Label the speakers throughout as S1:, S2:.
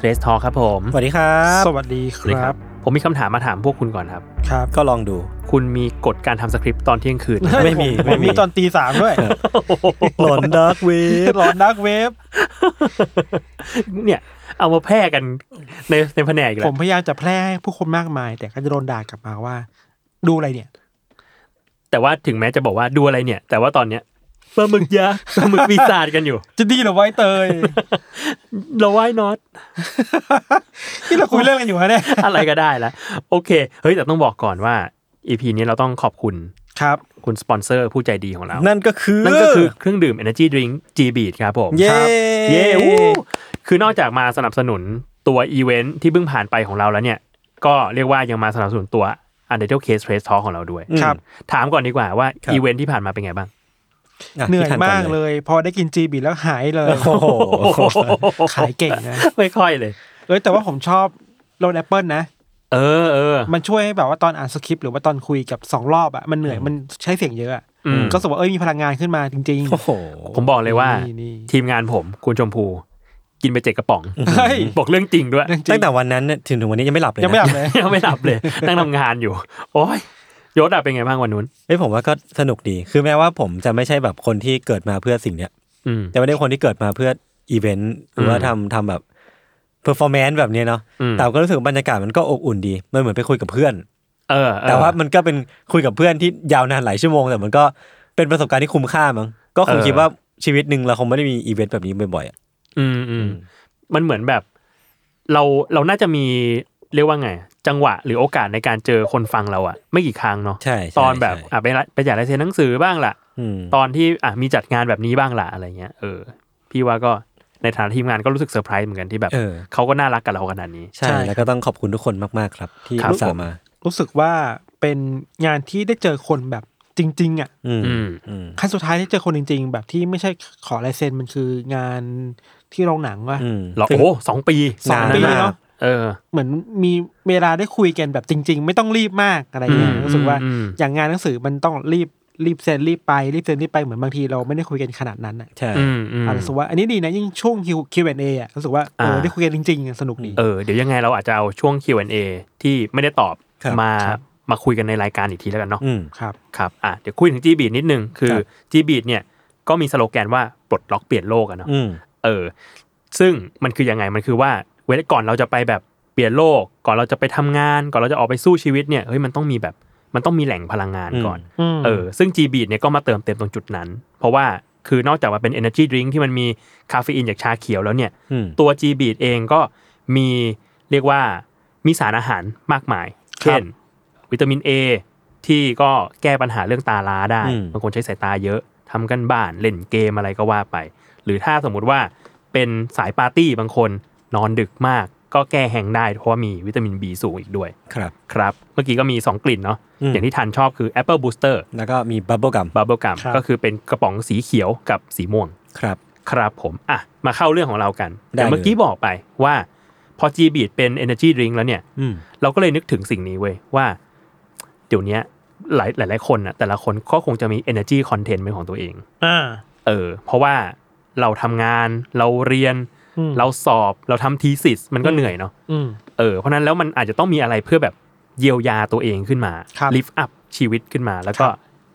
S1: Trace Talk ครับผม
S2: สวัสดีครับ
S3: สวัสดีครับ
S1: ผมมีคำถามมาถามพวกคุณก่อนครับ
S3: ครับ
S2: ก็ลองดู
S1: คุณมีกฎการทำสคริปต์ตอนเที่ยง คืนไหม
S2: ไม่มี
S3: ผ
S2: ไม่มี
S3: มีตอนตีสามด้วย
S2: หลอนดักเว
S3: หลอนดักเวฟ
S1: เนี่ย เอามาแพร่กันในในแผนกอีก
S3: ผ
S1: แล้ว
S3: มพยายามจะแพร่ให้ผู้คนมากมาย แต่ก็จะโดนด่ากลับมาว่า ดูอะไรเนี่ย
S1: แต่ว่าถึงแม้จะบอกว่าดูอะไรเนี่ย แต่ว่าตอนเนี้ยปลาหมึกยักษ์ปลาหมึกปีศาจกัน อยู่
S3: จะดีเหรือไว้เต ย
S1: เราว่ายน็อต
S3: ที่เราคุยเรื่องกันอยู่ฮะเนี่ย
S1: อะไรก็ได้ละโอเค เฮ้ย แต่ต้องบอกก่อนว่า EP นี้เราต้องขอบคุณ
S3: ครับ
S1: คุณสปอนเซอร์ผู้ใจดีของเรา
S2: นั่นก็คือ
S1: นั่นก็คือเครื่องดื่ม Energy Drink G Beat ครับผม
S2: เย้
S1: เย้วู้คือนอกจากมาสนับสนุนตัวอีเวนท์ที่เพิ่งผ่านไปของเราแล้วเนี่ย ก็เรียกว่ายังมาสนับสนุนตัว u n d e r t a l e Case Trace Talk ของเราด้วย
S3: ครับ
S1: ถามก่อนดีกว่าว่า
S2: ครับ
S1: อีเวนท์ที่ผ่านมาเป็นไงบ้าง
S2: ะ
S3: เหนื่อย
S2: พี่ทั
S3: มากเลย พอได้กินจีบีแล้วหายเลย
S2: โอ้โห
S3: ขายเก่งนะ
S1: ไม่ค่อยเลย
S3: เอ้ยแต่ว่าผมชอบโรนแอปเปิลนะ
S1: เออเออ
S3: มันช่วยให้แบบว่าตอนอ่านสคริปต์หรือว่าตอนคุยกับสองรอบอะมันเหนื่อยมันใช้เสียงเยอะอะ
S1: อืม
S3: ก็รู้สึกว่าเอ้ยมีพลังงานขึ้นมาจริง
S2: โอ้โห
S1: ผมบอกเลยว่า
S3: นี่นี่
S1: ทีมงานผมคุณชมพู กินไปเจ็ดกระป๋อง
S3: ๆเฮ้ย
S1: บอกเรื่องจริงด้วย
S3: จริง
S2: ตั้งแต่วันนั้นเนี่ยถึงถึงวันนี้ยังไม่หลับเลยนะ
S3: ยังไม่หลับเลย
S1: ยังไม่หลับเลย นั่งทำงานอยู่ โอ้ยยศอะเป็นไงบ้างวันนู้น
S2: เอ้ยผมว่าก็สนุกดี คือแม้ว่าผมจะไม่ใช่แบบคนที่เกิดมาเพื่อสิ่งเนี้ย
S1: อืม
S2: แต่ไม่ได้คนที่เกิดมาเพื่ออีเวนต์หรือว่า
S1: อืม
S2: ทำทำแบบเพอร์ฟอร์แมนซ์แบบเนี้ยเนาะ
S1: อืม
S2: แต่ก็รู้สึกบรรยากาศมันก็อบอุ่นดี มันเหมือนไปคุยกับเพื่อน
S1: เออเออ
S2: แต่ว่ามันก็เป็นคุยกับเพื่อนที่ยาวนานหลายชั่วโมง แต่มันก็เป็นประสบการณ์ที่คุ้มค่ามั้งก็คง
S1: เออ
S2: คิดว่าชีวิตหนึ่งเราคงไม่ได้มีอีเวนต์แบบนี้บ่อยๆอะ
S1: อืมอืม
S2: ม
S1: มันเหมือนแบบ เราเราน่าจะมีเรียกว่าไง จังหวะหรือโอกาสในการเจอคนฟังเราอะไม่กี่ครั้งเนาะ
S2: ใช่ใช่
S1: ตอนแบบ
S2: ใช่
S1: อ่ะไปละไปจัดลายเซ็นหนังสือบ้างล่ะ
S2: อืม
S1: ตอนที่อ่ะมีจัดงานแบบนี้บ้างล่ะอะไรเงี้ยเออ พี่ว่าก็ในฐานะทีมงานก็รู้สึกเซอร์ไพรส์เหมือนกันที่แบบ
S2: เออ
S1: เขาก็น่ารักกับเราขนาดนี้
S2: ใช่แล้วก็ต้องขอบคุณทุกคนมากๆครับ ที่
S1: ครับ
S2: อุตส่าห์มา
S3: รู้สึกว่าเป็นงานที่ได้เจอคนแบบจริง ๆ อ่ะ
S2: อืม
S1: อืม
S2: อืม
S3: ครั้งสุดท้ายที่เจอคนจริง ๆ แบบที่ไม่ใช่ขอลายเซ็นมันคืองานที่โรงหนังว่ะ
S2: อืม
S1: หรอโอ้สองปี
S3: สองปีเนอะ
S1: เออ
S3: เหมือนมีเวลาได้คุยกันแบบจริง ๆ ไม่ต้องรีบมากอะไรเงี้ย
S1: อืม
S3: รู้สึกว่า
S1: อืม
S3: อย่างงานหนังสือมันต้องรีบรีบเซ็นรีบไปรีบเซ็นรีบไปเหมือนบางทีเราไม่ได้คุยกันขนาดนั้นอ่ะ
S2: ใช่
S1: อืมอืม
S3: อ่ะรู้สึกว่าอันนี้ดีนะยิ่งช่วง Q- Q&A อ่ะรู้สึกว่าเออ
S1: อ่า
S3: ได้คุยกันจริงๆอ่ะสนุกดี
S1: เออเดี๋ยวยังไงเราอาจจะเอาช่วง Q&A ที่ไม่ได้ตอบ
S2: ครับ
S1: มา
S3: ครับ
S1: มาคุยกันในรายการอีกทีแล้วกันเนาะ
S2: อืม
S3: ครับ
S1: ครับ อ่ะ เดี๋ยวคุยถึง G-Beat นิดนึง คื
S2: ค
S1: อ
S2: รับ
S1: G-Beat เนี่ย ก็มีสโลแกนว่า ปลดล็อกเปลี่ยนโลกอะเนาะ
S2: อืม
S1: เออ ซึ่งมันคือยังไง มันคือว่า เวลาก่อนเราจะไปแบบเปลี่ยนโลก ก่อนเราจะไปทำงาน ก่อนเราจะออกไปสู้ชีวิตเนี่ย เฮ้ย มันต้องมีแบบ มันต้องมีแหล่งพลังงานก่อน
S3: อืม
S1: เออ ซึ่ง G-Beat เนี่ยก็มาเติมเต็มตรงจุดนั้น เพราะว่า คือนอกจากมันเป็น Energy Drink ที่มันมีคาเฟอีนจากชาเขียวแล้วเนี่ย
S2: อืม
S1: ตัว G-Beat เองก็มีเรียกว่ามีสารอาหารมากมาย
S2: ครับ
S1: เช่น วิตามิน A ที่ก็แก้ปัญหาเรื่องตาล้าได้
S2: อืม
S1: บางคนใช้สายตาเยอะทำกันบ้านเล่นเกมอะไรก็ว่าไป หรือถ้าสมมุติว่าเป็นสายปาร์ตี้บางคนนอนดึกมาก ก็แก้แห้งได้เพราะว่ามีวิตามิน B สูงอีกด้วย
S2: ครับ
S1: ครับ เมื่อกี้ก็มี 2 กลิ่นเนาะ
S2: อืม
S1: อย่างที่ทันชอบคือ Apple Booster
S2: แล้วก็มีบับเบิลกัม
S1: Bubble Gum
S3: ครับ
S1: ก็คือเป็นกระป๋องสีเขียวกับสีม่วง
S2: ครับ
S1: ครับผม อ่ะ มาเข้าเรื่องของเรากัน
S2: ได้
S1: แต่เมื่อ
S2: เลย
S1: กี้บอกไปว่าพอ G-Beat เป็น Energy Drink แล้วเนี่ย
S2: อืม
S1: เราก็เลยนึกถึงสิ่งนี้เว้ยว่า เดี๋ยวเนี้ยหลายหลายหลายคนน่ะแต่ละคนก็คงจะมี energy content เป็นของตัวเอง
S3: อ่า
S1: เออ เพราะว่าเราทำงาน เราเรียน
S3: อืม
S1: เราสอบเราทำทีสิสมันก็เหนื่อยเนาะ
S3: อืม
S1: เออเพราะฉะนั้นแล้วมันอาจจะต้องมีอะไรเพื่อแบบเยียวยาตัวเองขึ้นมา
S3: ครับ
S1: lift up ชีวิตขึ้นมา แล้วก็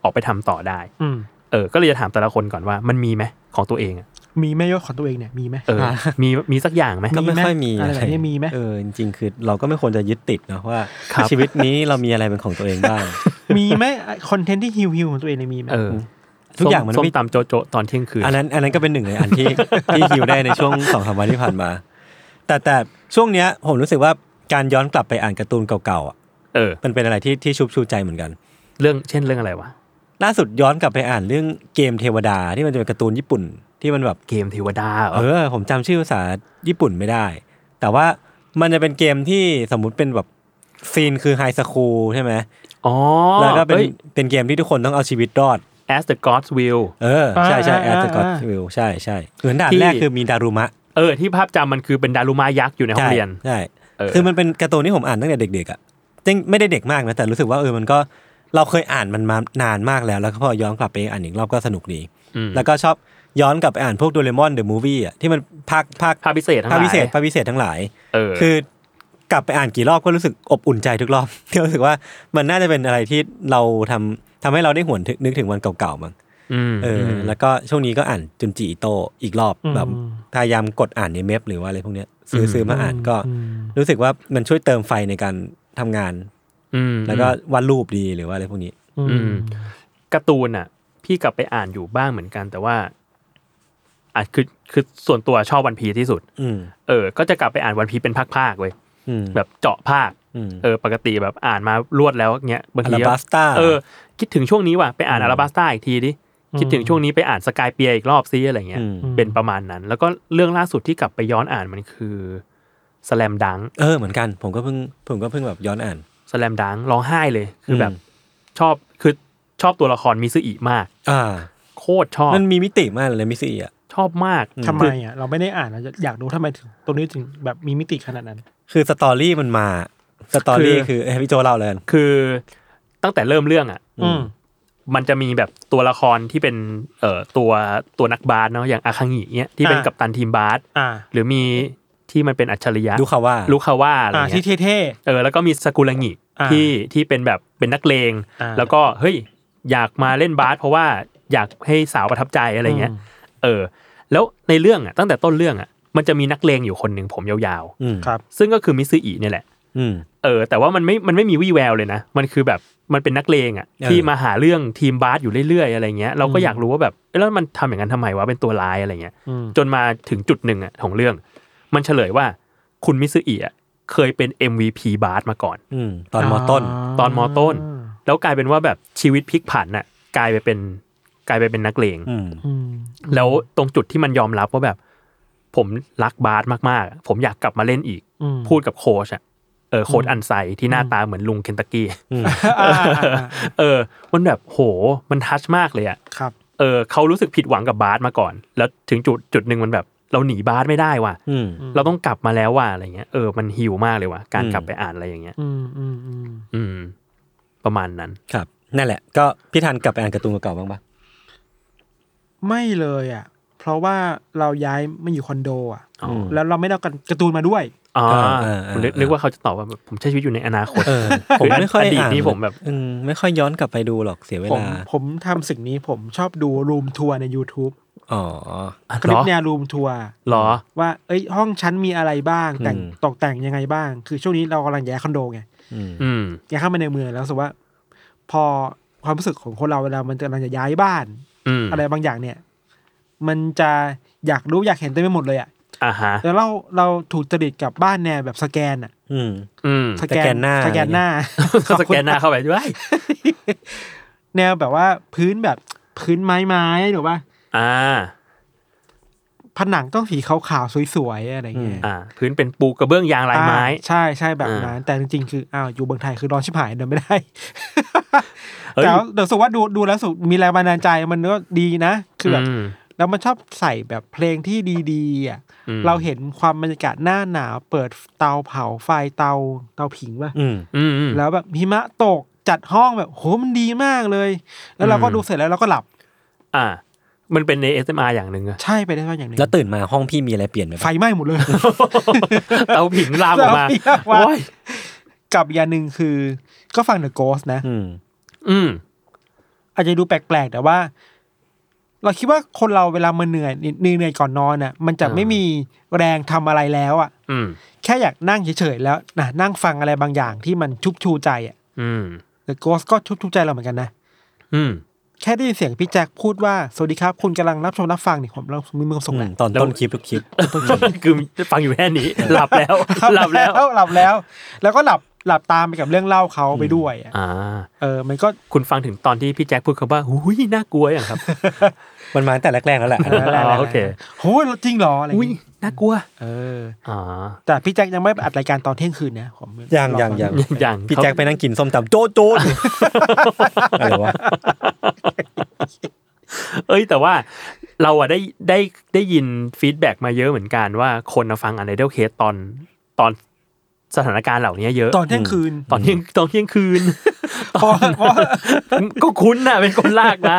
S1: ออกไปทำต่อได้
S3: อืม
S1: เออ ก็เลยจะถามแต่ละคนก่อนว่ามันมีไหมของตัวเองอะ
S3: มีแม่ยศของตัวเองเนี่ยมีไหม
S1: เออ มีมีสักอย่างไหม
S2: ก็ไม่ค่อยมี
S3: อะไรแบบนี้มีไหม
S2: เออจริงๆคือเราก็ไม่ควรจะยึดติดเนอะว่า
S1: ครับ
S2: ชีวิตนี้เรามีอะไรเป็นของตัวเองบ้าง
S3: มีไหมคอนเทนต์ที่ฮิวฮิวๆของตัวเองเนี่ยมีไหม
S1: เออ
S2: ทุกอย่างมัน
S1: ส้ม
S2: ไม่
S1: ตำโจะโจะตอนเที่ยงคืน
S2: อันนั้น อันนั้นก็เป็นหนึ่งในอันที่ ที่ฮิวได้ในช่วงสองสามวันที่ผ่านมา แต่แต่ช่วงเนี้ยผมรู้สึกว่าการย้อนกลับไปอ่านการ์ตูนเก่าๆอ่ะ
S1: เออ
S2: มันเป็นอะไรที่ที่ชุบชูใจเหมือนกัน
S1: เรื่องเช่นเรื่องอะไรวะ
S2: ล่าสุดย้อนกลับไปอ่านเรื่องเกมเทวดาที่มันจะเป็นการ์ตูนญี่ปุ่นที่มันแบบ
S1: เกมเทวดาเหรอ
S2: เออผมจำชื่อภาษาญี่ปุ่นไม่ได้ แต่ว่ามันจะเป็นเกมที่สมมุติเป็นแบบซีนคือไฮสคูลใช่ไหม
S1: อ๋อ
S2: แล้วก็เป็น
S1: อ้ย
S2: เป็นเกมที่ทุกคนต้องเอาชีวิตรอด
S1: as the gods will
S2: เออใช่ใช่แอ
S3: อ่า
S2: ตกอต
S3: อ่า
S2: วิวใช่ใช่เหมือนด่าน
S1: ที่
S2: แรกคือมีดารุมะ
S1: เออ ที่ภาพจำมันคือเป็นดารุมายักษ์อยู่ในห้องเรียน
S2: ใช่
S1: เออ
S2: คือมันเป็นการ์ตูนที่ผมอ่านตั้งแต่เด็กๆอ่ะจริงไม่ได้เด็กมากนะแต่รู้สึกว่าเออมันก็เราเคยอ่านมันมานานมากแล้ว แล้วก็พอย้อนกลับไปอ่านอีกรอบก็สนุกดี
S1: อืม
S2: แล้วก็ชอบย้อนกลับไปอ่านพวกโดเรมอนเดอะมูฟวี่อ่ะที่มันภาคภาค
S1: ภาพพิเศษทั้งห
S2: ภา
S1: ลา
S2: ค
S1: ย
S2: พิเศษภาคพิเศษทั้งหลาย
S1: เออ
S2: คือกลับไปอ่านกี่รอบก็รู้สึกอบอุ่นใจทุกรอบ ที่รู้สึกว่ามันน่าจะเป็นอะไรที่เราทำทำให้เราได้หวนถึงนึกถึงวันเก่าๆมั้ง
S1: ม
S2: เอออ
S1: ม
S2: แล้วก็ช่วงนี้ก็อ่านจุนจิอิโตะอีกรอบ
S3: อืม
S2: แบบพยายามกดอ่านในเมฟหรือว่าอะไรพวกเนี้ยซื้อ
S1: อืม
S2: ซื้อมาอ่านก็
S3: อืม
S2: รู้สึกว่ามันช่วยเติมไฟในการทำงาน
S1: อืม
S2: แล้วก็วาดรูปดีหรือว่าอะไรพวกนี้
S3: อื
S1: อืม
S3: ม
S1: การ์ตูนอ่ะ พี่กลับไปอ่านอยู่บ้างเหมือนกัน แต่ว่าอ่ะคือคือส่วนตัวชอบวันพีที่สุด
S2: อืม
S1: เออ ก็จะกลับไปอ่านวันพีเป็นภาคๆเว้ย
S2: อืม
S1: แบบเจาะภาค
S2: อืม
S1: เออ ปกติแบบอ่านมารวดแล้วเงี้ยบาง
S2: อั
S1: ที
S2: ลา
S1: ก็
S2: บัสต้า
S1: เออคิดถึงช่วงนี้ว่ะไปอ่านอาราบัสต้าอีกทีดิ
S3: อืม
S1: คิดถึงช่วงนี้ไปอ่านสกายเปียอีกรอบซิอะไรเงี้ย
S2: ม
S1: เป็นประมาณนั้น แล้วก็เรื่องล่าสุดที่กลับไปย้อนอ่านมันคือสแลมดัง
S2: เออเหมือนกัน ผมก็เพิ่งผมก็เพิ่งแบบย้อนอ่าน
S1: สแลมดังร้องไห้เลย คือแบบ
S2: อืม
S1: ชอบคือชอบตัวละครมิซึอิมาก
S2: อ่า
S1: โคตรชอบ
S2: มันมีมิติมากเลยมิซี่อ่ะ
S1: ชอบมาก
S2: อืม
S3: ทำไมอ่ะเราไม่ได้อ่านอะอยากรู้ทำไมถึงตัวนี้ถึงแบบมีมิติขนาดนั้น
S2: คือสตอรี่มันมา สตอรี่คื
S1: คือ
S2: อเอ้ยให้พี่โจเล่าเลยกัน
S1: คือตั้งแต่เริ่มเรื่องอ่ะ
S3: อืม
S1: มันจะมีแบบตัวละครที่เป็นเอ่อตัวตัวนักบาสเนาะอย่างอาคังิเนี้ยที่เป็น
S3: อ่า
S1: กัปตันทีมบาส
S3: อ่า
S1: หรือมีที่มันเป็นอัจฉริยะ
S2: ดูเขาว่า
S1: ลูกคาว่าอะไร
S3: อ่า
S1: เงี้ย
S3: ที่เท่
S1: เออแล้วก็มีสกุลังิ
S3: อ่า
S1: ที่ที่เป็นแบบเป็นนักเลง
S3: อ่า
S1: แล้วก็เฮ้ยอยากมาเล่นบาสเพราะว่าอยากให้สาวประทับใจอะไรเงี้ยเออ แล้วในเรื่องอ่ะตั้งแต่ต้นเรื่องอ่ะมันจะมีนักเลงอยู่คนหนึ่งผมยาว
S2: อืม
S3: ๆครับ
S1: ๆ ซึ่งก็คือมิซืออีเนี่ยแหละ
S2: อืม
S1: เออแต่ว่ามันไม่มันไม่มีวี่แววเลยนะ มันคือแบบมันเป็นนักเลงอ่ะ
S2: เออ
S1: ที่มาหาเรื่องทีมบาสอยู่เรื่อยๆอะไรเงี้ยเราก็
S3: อืม
S1: อยากรู้ว่าแบบเอ้ยแล้วมันทำอย่างนั้นทำไมวะเป็นตัวร้ายอะไรเงี้ย
S3: อืม
S1: จนมาถึงจุดหนึ่งอ่ะของเรื่อง มันเฉลยว่าคุณมิซืออีอ่ะเคยเป็น MVP บาสมาก่อน
S2: อืมตอนมอต้น
S1: ตอนมต้น แล้วกลายเป็นว่าแบบชีวิตพลิกผันน่ะกลายไปเป็นกลายไปเป็นนักเลง
S2: อืม
S3: อืม
S1: แล้วตรงจุดที่มันยอมรับว่าแบบ ผมรักบาสมากๆ ผมอยากกลับมาเล่นอีก
S3: อืม
S1: พูดกับโค้ชอะเออโค้ชอันไซที่หน้าตาเหมือนลุงเคนตักกี้
S3: อ่าอ่าอ่า
S1: เออ มันแบบโหมันทัชมากเลยอะ
S3: ครับ
S1: เออเขารู้สึกผิดหวังกับบาสมาก่อน แล้วถึงจุดจุดหนึ่งมันแบบ เราหนีบาสไม่ได้ว่ะ
S2: อืม
S1: เราต้องกลับมาแล้วว่ะอะไรเงี้ยเออมันหิวมากเลยว่ะการ
S2: อืม
S1: กลับไปอ่านอะไรอย่างเงี้ย
S3: อืมอืมอืม
S1: อืม ประมาณนั้น
S2: ครับ นั่นแหละ ก็พี่ทันกลับไปอ่านการ์ตูนเก่าๆบ้างปะ
S3: ไม่เลยอ่ะ เพราะว่าเราย้ายมาอยู่คอนโดอ่ะ
S1: อ๋อ
S3: แล้วเราไม่ได้เอาการ์ตูนมาด้วย
S1: อ่า
S2: เออเออ
S1: ผมนึกนึกว่าเขาจะตอบว่าแบบผมใช้ชีวิตอยู่ในอนาคต
S2: เออผมไม่ค่อย
S1: อดีต
S2: อ่าน
S1: นี่ผมแบบ
S2: อืมไม่ค่อยย้อนกลับไปดูหรอกเสียเว
S3: ผม
S2: ลา
S3: ผมทำสิ่งนี้ผมชอบดูรูมทัวร์ใน YouTube
S2: อ๋อ
S3: คลิป
S1: เหร
S3: แน
S1: อ
S3: วรูมทัวร์
S1: เหรอ
S3: ว่า เอ้ย ห้องชั้นมีอะไรบ้าง แต่ง
S2: อืม
S3: ตกแต่งยังไงบ้าง คือช่วงนี้เรากำลังย้ายคอนโดไง
S2: อืม
S1: อืม
S3: ย้ายเข้ามาในเมืองแล้วรู้สึกว่า พอความรู้สึกของคนเราเวลามันกำลังจะย้ายบ้าน
S1: อืม
S3: อะไรบางอย่างเนี่ย มันจะอยากรู้อยากเห็นเต็มไปหมดเลยอ่ะ
S1: อ่าฮะ
S3: แล้วเราเราถูกจริตกับบ้านแนวแบบสแกนอ่ะ
S2: อืม
S1: อืม
S3: สแก
S2: สแกนหน้า
S3: สแกนหน้า
S1: สแกนหน้าเข้าไปด้วย
S3: แนวแบบว่าพื้นแบบพื้นไม้ไม้หรือว่า
S1: อ่า
S3: ผนังต้องสีขาวๆสวยๆอะไรเงี้ย
S1: อ่า พื้นเป็นปูกระเบื้องยางลายไม้
S3: อ่าใช่ใช่แบบนั้นแต่จริงๆคืออ้าวอยู่เมืองไทยคือร้อนชิบหายเดินไม่ได้
S1: เฮ้ย
S3: แต่ว่าเดี๋ยวสุว่าดูดูแล้วสุมีแรงบันดาลใจมันก็ดีนะคือแบบ
S1: ม
S3: แล้วมันชอบใส่แบบเพลงที่ดีๆอ่ะ
S1: อืม
S3: เราเห็นความบรรยากาศหน้าหนาว เปิดเตาเผาไฟเตาเตาผิงป่ะ
S2: อืม
S1: อืมอืม
S3: แล้วแบบหิมะตกจัดห้องแบบโหมันดีมากเลย แล้วเราก็
S1: อืม
S3: ดูเสร็จแล้วเราก็หลับ
S1: อ่า มันเป็นใน SMR อย่างหนึ่งอะ
S3: ใช่ไปได้บ้างอย่างหนึง
S2: แล้วตื่นมาห้องพี่มีอะไรเปลี่ยนไหม
S3: ไฟไหม้หมดเลย
S1: เตาผิงลามออกมา
S3: เตาผิงลามออกมา
S1: โอ้ย
S3: กับอีกอย่างหนึ่งคือก็ฟังเดอะโกสนะ
S2: อืม
S1: อืม
S3: อาจจะดูแปลกๆ แต่ว่า เราคิดว่าคนเราเวลามันเหนื่อยเหนื่อยๆก่อนนอนอ่ะ มันจะ
S1: อ่า
S3: ไม่มีแรงทำอะไรแล้วอ่ะ
S1: อืม
S3: แค่อยากนั่งเฉยๆแล้วนะนั่งฟังอะไรบางอย่างที่มันชุบชูใจอ่ะ
S1: อืม
S3: เดอะโกสก็ชุบชูใจเราเหมือนกันนะ
S1: อืม
S3: แค่ได้ยินเสียงพี่แจ็คพูดว่า สวัสดีครับ คุณกำลังรับชมรับฟังนี่ผมเรามีมือส่งแหละ
S2: ตอนต้นคลิปทุกคลิป
S1: คือฟังอยู่แค่ นี้ หลับแล้ว หลับแล้ว
S3: หลับแล้ว แล้วก็หลับหลับตามไปกับเรื่องเล่าเขาไปด้วยอะ
S1: อ่า
S3: เออ มันก็
S1: คุณฟังถึงตอนที่พี่แจ็คพูดคำว่าหุยน่ากลัวอย่างครับ
S2: มันมาตั้งแต่แรกๆแล้วแหละ
S3: ะ ไรๆๆ
S1: โอเค
S3: โหจริงเหรออะไรอย่าง
S1: อุ้ย
S3: งี้
S1: น่ากลัว
S3: เออ
S1: อ่า
S3: แต่พี่แจ็คยังไม่อัดรายการตอนเที่ยงคืนนะผม
S2: ยังยังยัง
S1: ยัง
S2: พี่
S1: เขา
S2: แจ็คไปนั่งกินส้มตำโจ๊ะโจ๊ะ อะไรวะ
S1: เอ้ยแต่ว่าเราอะได้ได้ได้ยินฟีดแบ็กมาเยอะเหมือนกันว่าคนน่ะฟังอันไ d เด c เคสตอนตอนสถานการณ์เหล่านี้เยอะ
S3: ตอนเที่ยงคืน
S1: ตอนเที่ยงตอนเที่ยงคืน
S3: เพราะเพราะ
S1: ก็คุ้นน่ะเป็นคนลากมา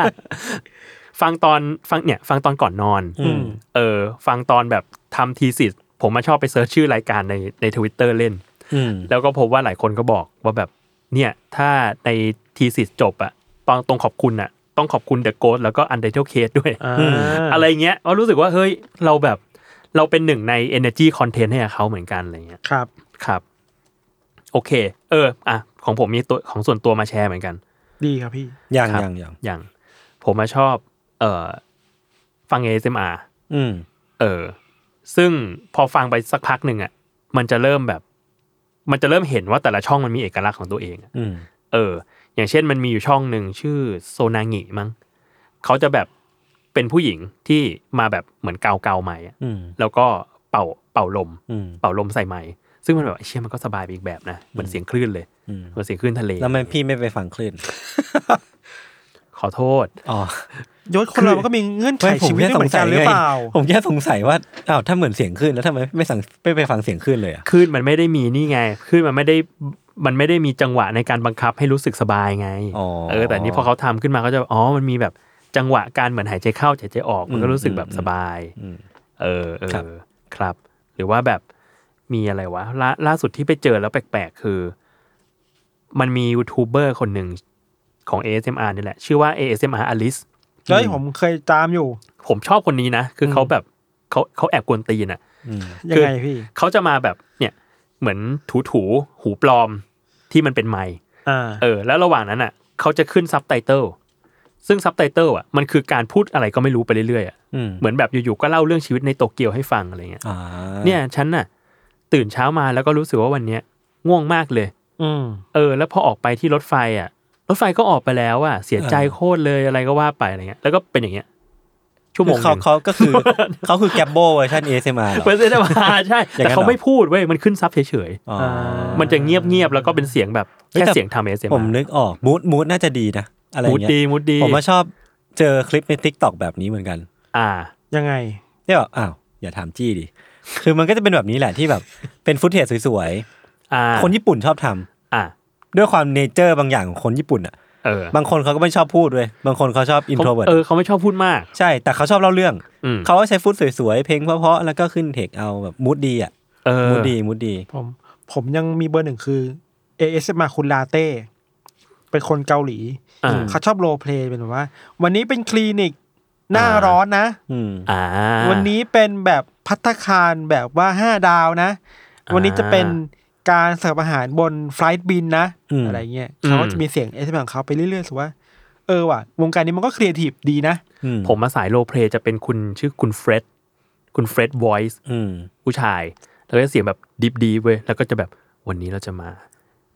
S1: ฟังตอนฟังเนี่ย ฟังตอนก่อนนอน
S2: อืม
S1: เออ ฟังตอนแบบทำทีสิทธ์ผมมาชอบไปเซิร์ชชื่อรายการในในทวิตเตอร์เล่น
S2: อืม
S1: แล้วก็พบว่าหลายคนก็บอกว่าแบบเนี่ยถ้าในทีสิทธ์จบอะตอนตรงขอบคุณอะต้องขอบคุณเดอะโกสแล้วก็อันเดอร์เคสด้วย
S3: อ่า
S1: อะไรเงี้ยเรารู้สึกว่าเฮ้ยเราแบบเราเป็นหนึ่งใน energy content ให้กับเขาเหมือนกันอะไรเงี้ย
S3: ครับ
S1: ครับ โอเค เออ อ่ะ ของผมมีตัวของส่วนตัวมาแชร์เหมือนกัน
S3: ดีครับพี่
S2: ยัง
S1: ครับ
S2: ยังยัง
S1: อย่าง ผมมาชอบ เอ่อ ฟัง ASMR
S2: อืม
S1: เออ ซึ่งพอฟังไปสักพักหนึ่งอ่ะมันจะเริ่มแบบ มันจะเริ่มเห็นว่าแต่ละช่องมันมีเอกลักษณ์ของตัวเองอะ
S2: อืม
S1: เออ อย่างเช่นมันมีอยู่ช่องหนึ่งชื่อโซนางิมั้งเขาจะแบบเป็นผู้หญิงที่มาแบบเหมือนเกาเกาๆไหมอะ
S2: อืม
S1: แล้วก็เป่าเป่าลม
S2: อืม
S1: เป่าลมใส่ไหมซึ่งมันแบบไอ้เชี่ยมันก็สบายไปอีกแบบนะเหมือนเสียงคลื่นเลย
S2: อืม
S1: เหมือนเสียงคลื่นทะเล
S2: แล้วทำไมพี่ไม่ไปฟังคลื่น
S1: ขอโทษ
S2: อ๋อย
S3: ศคนเรามันก็มีเงื่อนไขชีวิตไม่เหมือนกันหรือเปล่า
S2: ผมแค่สงสัยว่าอ้าวถ้าเหมือนเสียงคลื่นแล้วทำไมไม่สั่งไม่ไปฟังเสียงคลื่นเลยอ่ะ
S1: คลื่นมันไม่ได้มีนี่ไงคลื่นมันไม่ได้มันไม่ได้มีจังหวะในการบังคับให้รู้สึกสบายไง
S2: อ๋อ
S1: เออแต่นี่พอเขาทำขึ้นมาเขาจะอ๋อมันมีแบบจังหวะการเหมือนหายใจเข้าหายใจออกมันก็
S2: อืม
S1: รู้สึกแบบ
S2: อืม
S1: สบาย
S2: อืม
S1: เออเอ
S2: ครับ
S1: อครับ หรือว่าแบบมีอะไรวะล่าล่าสุดที่ไปเจอแล้วแปลกๆ คือ มันมียูทูบเบอร์คนหนึ่งของ ASMR นี่แหละ ชื่อว่า ASMR Alice
S3: เฮ้ยผมเคยตามอยู่
S1: ผมชอบคนนี้นะ คือเขาแบบเขาเขาแอบกวนตีนอ่ะ
S2: อืม
S3: ยังไงพี่
S1: เขาจะมาแบบเนี่ยเหมือนถูถูๆหูปลอมที่มันเป็นไมค์
S3: อ่า
S1: เออแล้วระหว่างนั้นอ่ะเขาจะขึ้นซับไตเติลซึ่งซับไตเติลอ่ะมันคือการพูดอะไรก็ไม่รู้ไปเรื่อยๆอ่ะ
S2: อืม
S1: เหมือนแบบอยู่ๆก็เล่าเรื่องชีวิตในโตเกียวให้ฟังอะไรเงี้ย
S2: อ่า
S1: เนี่ยฉันน่ะตื่นเช้ามาแล้วก็รู้สึกว่าวันเนี้ยง่วงมากเลย
S3: อืม
S1: เออ แล้วพอออกไปที่รถไฟอ่ะ รถไฟก็ออกไปแล้วอ่ะเสียใจโคตรเลยอะไรก็ว่าไปอะไรเงี้ยแล้วก็เป็นอย่างเงี้ยชั่วโม
S2: คื
S1: ง
S2: อ
S1: ห
S2: เขาเขา
S1: นึ่ง
S2: ก็คือ เขาคือแกบโบเวอร์ชันเอเซมาหรอ
S1: เปอร์ เซ็นต์มาใช่
S2: อย่างนั้นเหรอ
S1: แต่เขาไม่พูดเว้ยมันขึ้นซับเฉย
S2: อ๋อ
S1: ๆมันจะเงียบๆแล้วก็เป็นเสียงแบบ
S2: เฮ้ย
S1: แค่
S2: แต่
S1: เสียงทำเอสเอ็ม
S2: ผมนึกออกมูดมูดน่าจะดีนะ อะไร
S1: มูด
S2: เงี้
S1: ดี
S2: ย
S1: มูดดี
S2: ผมว่าชอบเจอคลิปในทิกตอกแบบนี้เหมือนกัน
S1: อ่า
S3: ยังไง
S2: เนี่ยแบบอ้าวอย่าถามจี้ดิ คือมันก็จะเป็นแบบนี้แหละที่แบบเป็นฟุตเทจสวย
S1: อ่า
S2: ๆ คนญี่ปุ่นชอบทำ
S1: อ่า
S2: ด้วยความเนเจอร์บางอย่างของคนญี่ปุ่นอ่ะ
S1: เออบ
S2: างคนเขาก็ไม่ชอบพูดเว้ยบางคนเขาชอบอินโทรเวิร์
S1: เออเขาไม่ชอบพูดมาก
S2: ใช่ แต่เขาชอบเล่าเรื่อง
S1: อืม
S2: เขาก็ใช้ฟุตสวยๆ เพลงเพราะๆแล้วก็ขึ้นเทคเอาแบบมูดดีอ่ะ
S1: เออ
S2: มูดดีมูดดี
S3: ผม ผมยังมีเบอร์หนึ่งคือ ASMR คุณลาเต้ เป็นคนเกาหลี
S1: อ่า
S3: เขาชอบโรลเพลย์เป็นแบบว่า วันนี้เป็นคลินิก หน้าร้อนนะ
S2: อืม
S1: อ่า
S3: วันนี้เป็นแบบพัตตาคารแบบว่าห้าดาวนะ
S1: อ่า
S3: วันนี้จะเป็นการเสิร์ฟอาหารบนไฟลท์บินนะ อะไรเงี้ย
S1: อืม
S3: เขาก็จะมีเสียงเอสของเขาไปเรื่อยๆสุว่า เออว่ะ วงการนี้มันก็ครีเอทีฟดีนะ
S2: อื
S1: ผมมาสายโรลเพลย์จะเป็นคุณชื่อคุณเฟร็ดคุณเฟร็ดวอยซ์
S2: อืม
S1: ผู้ชาย แล้วก็เสียงแบบดิบดีเว้ย แล้วก็จะแบบวันนี้เราจะมา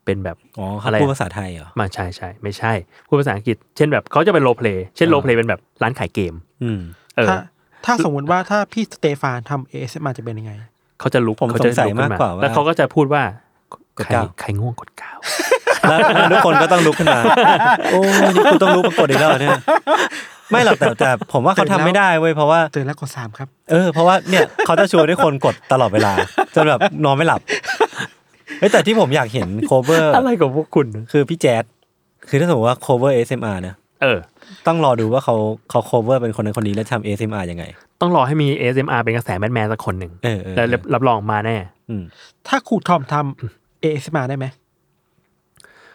S1: เป็นแบบ
S2: อ๋อเขา
S1: อะไร
S2: พูดภาษาไทยเหรอ
S1: มาใช่ใช่ไม่ใช่พูดภาษาอังกฤษ เช่นแบบเขาจะเป็นโรลเพลย์เช่นโรลเพลย์เป็นแบบร้านขายเกม
S2: อืม
S1: เออ
S3: ถ้าถ้าสมมติว่าถ้าพี่สเตฟานทำเอสมาจะเป็นยังไง
S1: เขาจะลุก
S2: ผม
S1: เขาจะ
S2: สงสัยมากกว่าว่า
S1: แล้วเขาก็จะพูดว่า
S2: กด
S1: ใคร
S2: เก้า
S1: ใครง่วงกดเก้า
S2: แล้วแล้วทุกคนก็ต้องลุกขึ้น มา โอ้ยกูต้องลุกมากดอีกแล้วเหรอเนี่ย ไม่หรอกแต่แต่ผมว่าเขาทำไม่ได้เว้ยเพราะว่า
S3: ตื่นแล้วกดสามครับ
S2: เออเพราะว่าเนี่ยเขาจะชวนให้คนกดตลอดเวลา จนแบบนอนไม่หลับเฮ้ยแต่ที่ผมอยากเห็นโคเวอร์
S1: อะไรกับพวกคุณ
S2: คือพี่แจ๊ดคือถ้าสมมติว่าโคเวอร์ ASMR นะ
S1: เออ
S2: ต้องรอดูว่าเขาเขาโคเวอร์เป็นคนนั้นคนนี้แล้วทำ ASMR ยังไง
S1: ต้องรอให้มี ASMR เป็นกระแสแบทแมนสักคนหนึ่ง
S2: เออเออ
S1: แล้วรับรองมาแน่
S2: อืม
S3: ถ้าครูทอมทำเอสมาได้ไหม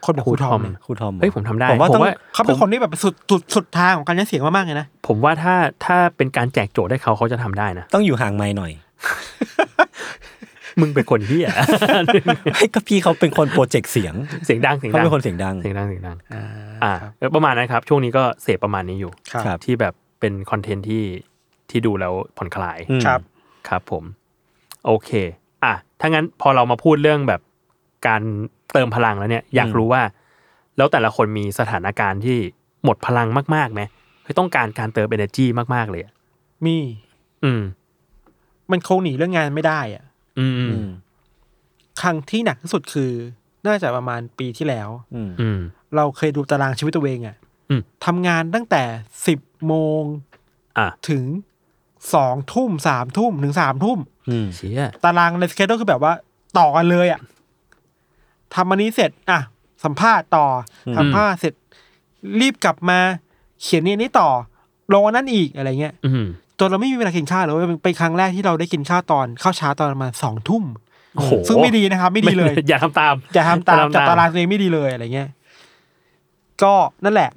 S3: คนแบบครูทอมเนี่ย
S2: ครูทอม
S1: เฮ้ยผมทำได้
S2: ผมว่า
S1: ผ
S2: ต้อง
S1: มว่า
S3: เขาเป็นคนที่แบบสุดสุดสุดทางของการใช้เสียงมากๆเลยนะ
S1: ผมว่าถ้าถ้าเป็นการแจกโจทย์ให้เขาเขาจะทำได้นะ
S2: ต้องอยู่ห่างไมค์หน่อย
S1: มึงเป็นคนเฮีย
S2: ไม่ก็พี่เขาเป็นคนโปรเจกต์เสียง
S1: เสียงดังเสียง
S2: เขา
S1: ดัง
S2: เป็นคนเสียงดัง
S1: เสียงดังเสียงดัง
S3: อ่า
S1: อ่า
S3: ครับ
S1: แล้วประมาณนั้นครับ ช่วงนี้ก็เสพประมาณนี้อยู่
S3: ครับ
S2: ครับ
S1: ที่แบบเป็นคอนเทนต์ที่ที่ดูแล้วผ่อนคลาย
S2: อืม
S3: ครับ
S1: ครับผม โอเค อ่ะถ้างั้นพอเรามาพูดเรื่องแบบการเติมพลังแล้วเนี่ย อยากรู้ว่า แล้วแต่ละคนมีสถานการณ์ที่หมดพลังมากๆไหมเฮ้ยต้องการการเติม energy มากๆเลยอะ
S3: มี
S1: อืม
S3: มันคงหนีเรื่องงานไม่ได้อ่ะ
S1: อืมอื
S2: อื
S1: ม
S2: ม
S3: ครั้งที่หนักที่สุดคือ น่าจะประมาณปีที่แล้ว
S2: อืม
S1: อืม
S3: เราเคยดูตารางชีวิตตัวเองอะ
S1: อืม
S3: ทำงานตั้งแต่สิบโมง
S1: อ่ะ
S3: ถึงสองทุ่มสามทุ่มถึงสามทุ่ม
S2: อืม
S1: เชี่ย
S3: ตารางในสเกจก็คือแบบว่าต่อกันเลยอะทำอันนี้เสร็จ อ่ะ สัมภาษณ์ต่ออสัมภาษณ์เสร็จ รีบกลับมา เขียนนี่อันนี้ต่อลงอันนั้นอีกอะไรเงี้ย
S1: อืม
S3: จนเราไม่มีเวลากินข้าวเลยเว้ยมันเป็นครั้งแรกที่เราได้กินข้าวตอนข้าวเช้าตอนประมาณสองทุ่ม
S1: โอ้โห
S3: ซึ่งไม่ดีนะครับ ไม่ดีเลย
S1: อย่าท ำตาม
S3: จะทำตามจัดตาราง
S1: ม
S3: ตัวเองไม่ดีเลยอะไรเงี้ย ก็นั่นแหละ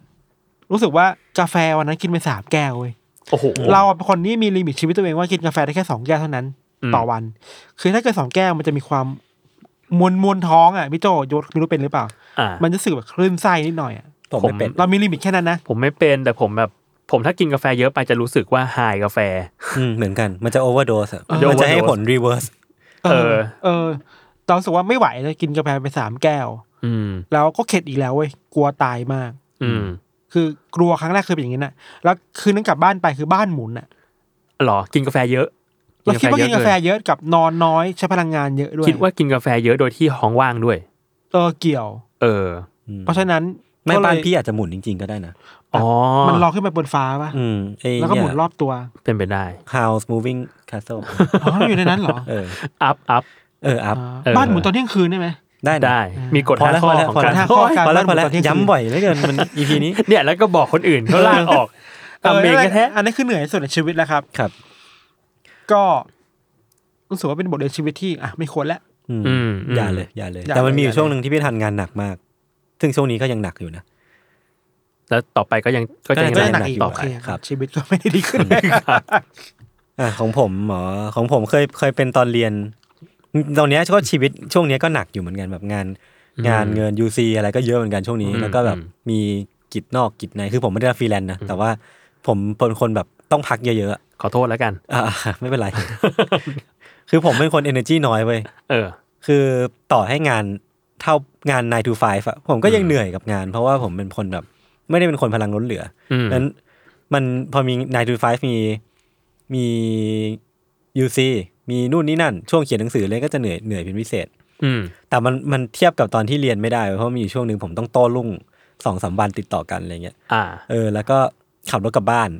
S3: รู้สึกว่ากาแฟวันนั้นกินไปสามแก้วเว้ย
S1: โอ้โห
S3: เราเป็นคนที่มีลิมิตชีวิตตัวเองว่ากินกาแฟได้แค่สองแก้วเท่านั้น
S1: อืม
S3: ต่อวัน คือถ้าเกิดสองแก้วมันจะมีความมวนมวนท้องอ่ะพี่โจยศไม่รู้เป็นหรือเปล่า
S1: อ่ะ
S3: มันจะรู้สึกแบบคลื่นไส้นิดหน่อยอ่ะ
S2: ผม
S1: ผม
S2: ไม่เป็น
S3: เรามีลิมิตแค่นั้นนะ
S1: ผมไม่เป็นแต่ผมแบบ ผมถ้ากินกาแฟเยอะไปจะรู้สึกว่าหายกาแฟ
S2: อืมเหมือนกันมันจะโอเวอร์โดส
S1: มันจะ
S2: มันจะให้
S1: overdose
S2: ผลรีเวิร์ส
S1: เออ
S3: เออเรารู้สึกว่าไม่ไหวเลยกินกาแฟไปสามแก้ว
S1: อืม
S3: แล้วก็เข็ดอีกแล้วเว้ยกลัวตายมาก
S1: อืม
S3: คือกลัวครั้งแรกคือเป็นอย่างนี้นะแล้วคืนนั้นกลับบ้านไปคือบ้านหมุนอ่ะ
S1: หรอกินกาแฟเยอะ
S3: เราคิดว่ากินกาแฟ
S1: เยอะ
S3: เยอะกับนอนน้อยใช้พลังงานเยอะ
S1: เกิ
S3: ด้ว
S1: น
S3: ย
S1: คิดว่ากินกาแฟเยอะโดยที่ห้องว่างด้วย
S3: เออเกี่ยว
S1: เออ
S2: อืม
S3: เพราะฉะนั้น
S2: ไม่
S3: ก็เลย
S2: บ้านพี่อาจจะหมุนจริง ๆ ก็ได้นะ
S1: อ๋อ
S3: มันลอยขึ้นไปบนฟ้าป่ะ
S2: อืมไอ้
S3: แล้วก็หมุนร
S2: เนี่ย
S3: อบตัว
S1: เป็นไปได้
S2: House Moving Castle
S3: อ๋ออยู่ในนั้นเหรอ
S2: เออ
S1: อัพอัพ
S2: เอออัพ
S3: อ๋อ
S1: เออ
S3: บ้านหมุนตอนเที่ยงคืนได้ไหม
S2: ได้นะ
S1: ได้ มีกฎ
S2: พอ
S1: ห้า
S2: แล้ว
S1: ข้
S2: พ
S1: อ
S2: อแล้ว
S1: ของ
S2: พอแล้โอ้ยพอ
S3: ห้าข้อ
S1: กาว ร
S2: แล้ว
S3: การ
S2: พอแล้ว
S3: บ้านหมุนตอนเที่ยงคืน
S2: ย้ำบ่อยเหลือเกินมัน EP นี้
S1: เนี่ยแล้วก็บอกคนอื่นเขาลากออกทำเอง
S3: นั่นแห
S1: แท้
S3: ละอันนี้คือเหนื่อยที่สุดในชีวิตแล้วครับ
S2: ครับ
S3: ก็รู้สึกว่าเป็นบทเรียนชีวิตที่อ่ะไม่ควรแล้ว
S2: อืม
S1: ๆอืมม
S2: อย่าเลยอย่าเลย
S3: อย่า
S2: แต่มันมีอ
S3: เลยอย่า
S2: ยู่
S3: เลย
S2: ช่วงหนึ่งที่พี่ทันงานหนักมาก ซึ่งช่วงนี้ก็ยังหนักอยู่นะ
S1: แล้วต่อไปก็ยังก็จะ
S2: เออ
S1: ยัง
S3: ก็
S2: จะ
S3: จะหนัก
S1: หนัก
S3: อีก
S1: ต่อ
S3: โอ
S1: ไป
S3: เค
S2: ครับ
S3: ชีวิตก็ไม่ได้ดีขึ้น
S2: อ่ะของผมหมอของผมเคยเคยเป็นตอนเรียน ตอนเนี้ยก็ชีวิตช่วงเนี้ยก็หนักอยู่เหมือนกันแบบงาน งานเงิน UC อะไรก็เยอะเหมือนกันช่วงนี้
S1: อืม
S2: แล้วก็แบบ
S1: อืม
S2: มีกิจนอกกิจในคือผมไม่ได้รับฟรีแลนซ์นะแต่ว่าผมเป็นคนแบบต้องพักเยอะๆอะ
S1: ขอโทษแล้วกัน
S2: อ่า ไม่เป็นไร คือผมเป็นคน energy น้อยเว้ย
S1: เออ
S2: คือต่อให้งานเท่างาน9 to 5อะผมก็ยังเหนื่อยกับงาน เพราะว่าผมเป็นคนแบบ ไม่ได้เป็นคนพลังล้นเหลือ
S1: อืม
S2: นั้นมันพอมี9 to 5มีมี UC มีนู่นนี่นั่น ช่วงเขียนหนังสือเลยก็จะเหนื่อยเหนื่อยเป็นพิเศษ
S1: อืม
S2: แต่มันมันเทียบกับตอนที่เรียนไม่ได้เว้ยเพราะมีอยู่ช่วงหนึ่งผมต้องโต้รุ่งสองสามวันติดต่อกันอะไรเงี้ย
S1: อ่า
S2: เออแล้วก็ขับรถกลับบ้าน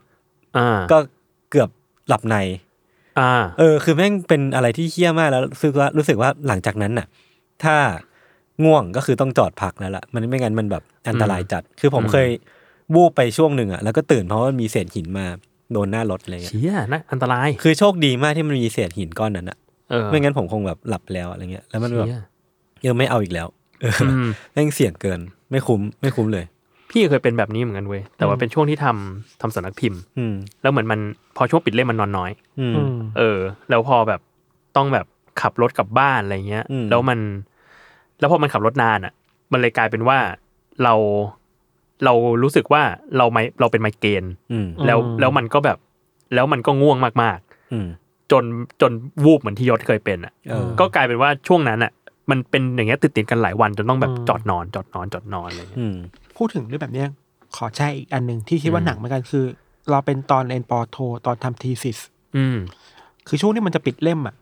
S1: อ่า
S2: ก็เกือบหลับใน
S1: อ่า
S2: เออคือแม่งเป็นอะไรที่เฮี้ยมากแล้วรู้สึกว่ารู้สึกว่าหลังจากนั้นน่ะ ถ้าง่วงก็คือต้องจอดพักแล้วล่ะ มันไม่งั้นมันแบบอันตรายจัด คือผม
S1: อืม
S2: เคยวูบไปช่วงหนึ่งอ่ะแล้วก็ตื่นเพราะว่ามีเศษหินมาโดนหน้ารถอะไรเงี้ย
S1: เชี่ยนะอันตราย
S2: คือโชคดีมากที่มันมีเศษหินก้อนนั้นอ่ะ
S1: เออ
S2: ไม่งั้นผมคงแบบหลับไปแล้วอะไรเงี้ยแล้วมันแบบ
S1: เชี่ย
S2: เออไม่เอาอีกแล้วเออ
S1: อืม
S2: แม่งเสี่ยงเกิน ไม่คุ้มไม่คุ้มเลย
S1: พี่เคยเป็นแบบนี้เหมือนกันเว้ยแต่ว่าเป็นช่วงที่ทำทำสำนักพิมพ์
S2: อืม
S1: แล้วเหมือนมันพอช่วงปิดเล่มมันนอนน้อย
S2: อืม
S3: อืม
S1: เออ แล้วพอแบบต้องแบบขับรถกลับบ้านอะไรเงี้ย
S2: อืม
S1: แล้วมัน แล้วพอมันขับรถนานอ่ะ มันเลยกลายเป็นว่าเราเรารู้สึกว่าเราไม่เราเป็นไมเกรน
S2: อืม
S1: แล้วแล้วมันก็แบบแล้วมันก็ง่วงมาก
S2: อืม
S1: ๆ จนจนวูบเหมือนที่ยศเคยเป็นอ่ะ
S2: เออ
S1: ก็กลายเป็นว่าช่วงนั้นอ่ะ มันเป็นอย่างเงี้ยติดติดๆกันหลายวันจนต้องแบบจอดนอน จอดนอนจอดนอนอะไรเงี้ย
S2: อืม
S3: พูดถึงเรื่องแบบเนี้ยขอแชร์อีกอันหนึ่งที่คิด
S1: อื
S3: ว่าม หนักเหมือนกันคือ เราเป็นตอนเรียนปอโท ตอนทำทีสิส
S1: อืม
S3: คือช่วงที่มันจะปิดเล่มอ่ะ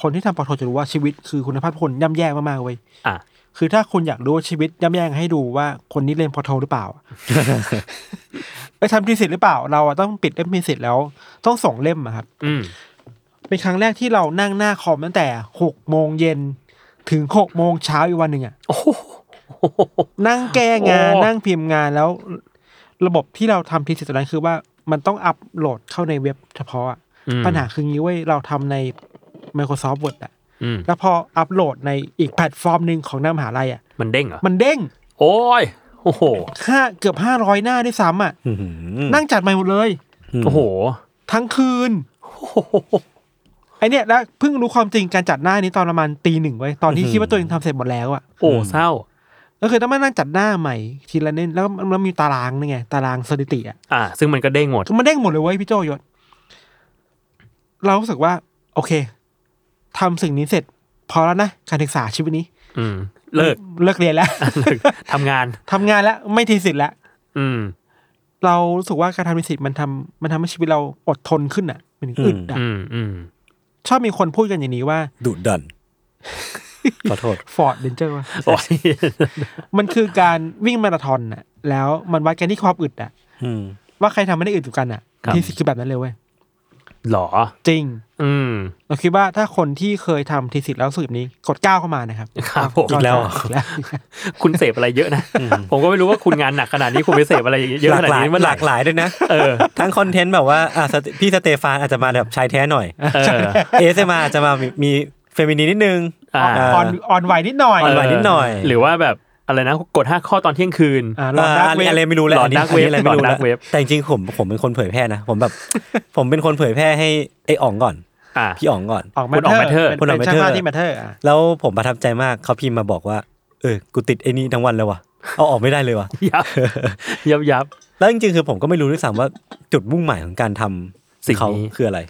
S3: คนที่ทำปอโทจะรู้ว่าชีวิตคือคุณภาพคนย่ำแย่มากๆเว้ย
S1: อ่ะ
S3: คือถ้าคุณอยากรู้ว่าชีวิตย่ำแย่ให้ดูว่าคนนี้เรียนปอโทหรือเปล่า ไปทำทีสิทธิ์หรือเปล่า เราอะต้องปิดเล่มทีสิทธิ์แล้ว ต้องส่งเล่มอะครับ
S1: อืม
S3: เป็นครั้งแรกที่เรานั่งหน้าคอมตั้งแต่หกโมงเย็นถึงหกโมงเช้าอีกวันหนึ่ง อะ
S1: โอ้โห
S3: นั่งแก้งาน
S1: โอ้
S3: นั่งพิมพ์งานแล้ว ระบบที่เราทำทีสิทธิ์ตอนนั้นคือว่ามันต้องอัปโหลดเข้าในเว็บเฉพาะอะ
S1: อืม
S3: ปัญหาคืองี้เว้ยเราทำใน Microsoft Word อะ
S1: อืม
S3: แล้วพออัปโหลดในอีกแพลตฟอร์มหนึ่งของหน้ามหาลัยอะ
S1: มันเด้งเหรอ
S3: มันเด้ง
S1: โอ้ยโอ้โห
S3: ห้าเกือบห้าร้อยหน้าด้วยซ้ำอ่ะ
S2: อื้อหือ
S3: นั่งจัดใหม่หมดเลย
S2: ม
S1: โอ้โห
S3: ทั้งคืนไอเนี่ยแล้วเพิ่งรู้ความจริงการจัดหน้านี้ตอนประมาณตีหนึ่งไว้ยตอนที่คิดว่าตัวเองทำเสร็จหมดแล้วอ่ะ
S1: โอ้เศร้า
S3: ก็คือต้องมานั่งจัดหน้าใหม่ ทีละเน้นแล้วแล้วมีตารางนี่ไงตารางสถิติอ่ะ
S1: อ่า ซึ่งมันก็เด้งหมด
S3: มันเด้งหมดเลยเว้ยพี่โจยศเรารู้สึกว่า โอเคทำสิ่งนี้เสร็จ พอแล้วนะการศึกษาชีวิตนี้
S1: อืม เลิก
S3: เลิกเรียน แล้ว
S1: เลิก ทำงาน
S3: ทำงานแล้วไม่ทีสิทธิ์แล้ว
S1: อืม
S3: เรารู้สึกว่าการทำทีสิทธิ์มันทำมันทำให้ชีวิตเราอดทนขึ้นอ่ะ มันอึดอ่ะ
S1: อืมอืม
S3: ชอบมีคนพูดกันอย่างนี้ว่า
S2: ดุดัน ขอโทษ
S3: ฟอร์ดเดนเจอร์ว่า
S1: โอ้ย
S3: มันคือการวิ่งมาราธอนน่ะ แล้วมันวัดกันที่ความอึดอ่ะ
S2: อืม
S3: ว่าใครทำไม่ได้อึดกว่ากันอ่ะที่สิคือแบบนั้นเลยเว้ย
S1: หรอ
S3: จริง
S1: อืม
S3: เราคิดว่าถ้าคนที่เคยทำทีสิทธิ์แล้วสูตรนี้กดก้าวเข้ามานะครับ
S1: ครับผม
S2: อีกแล้วเหรอ
S3: อีกแล้ว
S1: คุณเสพอะไรเยอะนะ ผมก็ไม่รู้ว่าคุณงานหนักขนาดนี้คุณไปเสพอะไรเยอะ
S2: หลา
S1: ข
S2: ก
S1: นาด
S2: หลาย
S1: นี้เมัน
S2: ห
S1: ห
S2: ลา
S1: ลั
S2: ก
S1: ก
S2: หลายด้วยนะ
S1: เออ
S2: ทั้งคอนเทนต์แบบว่าอ่ะสเตพี่สเตฟานอาจจะมาแบบชายแท้หน่อย
S1: เออ
S2: เอสมาอาจจะมามีมีเฟมินีนิดนึง
S1: อ่า
S2: เ
S3: อ่อนอ่อนไหวนิดหน่อย
S2: อ่อนไหวนิดหน่อย
S1: หรือว่าแบบอะไรนะกดห้าข้อตอนเที่ยงคืน
S3: อ่า
S2: อะ
S3: ลองดักเว
S2: ไรไม่รู้แหละ
S1: หลอ
S2: อั
S1: ด
S2: นนี้
S1: dark web
S2: อันนี้อะไรไม่รู้
S1: หลอด
S2: แล้
S1: dark web
S2: แต่จริงๆผมผมเป็นคนเผยแพร่นะ ผมแบบ ผมเป็นคนเผยแพร่ให้ไอ้อ๋องก่อน
S1: อ่า
S2: พี่อ๋องก่อน
S3: ออก
S1: คุณออก
S3: มาเทอ
S1: matter
S3: ร์เป็นเป็นช่างภาพที่มาเทอร์อ่ะ
S2: แล้วผมประทับใจมากเขาพิมพ์มาบอกว่า เออ กูติดไอ้นี่ทั้งวันแล้ววะเอาออกไม่ได้เลยว่ะ
S1: ยับ ยับยับ
S2: แล้วจริงๆคือผมก็ไม่รู้ด้วยซ้ำว่าจุดมุ่งหมายของการทำ
S1: สิ่งนี้
S2: เขาคืออะไร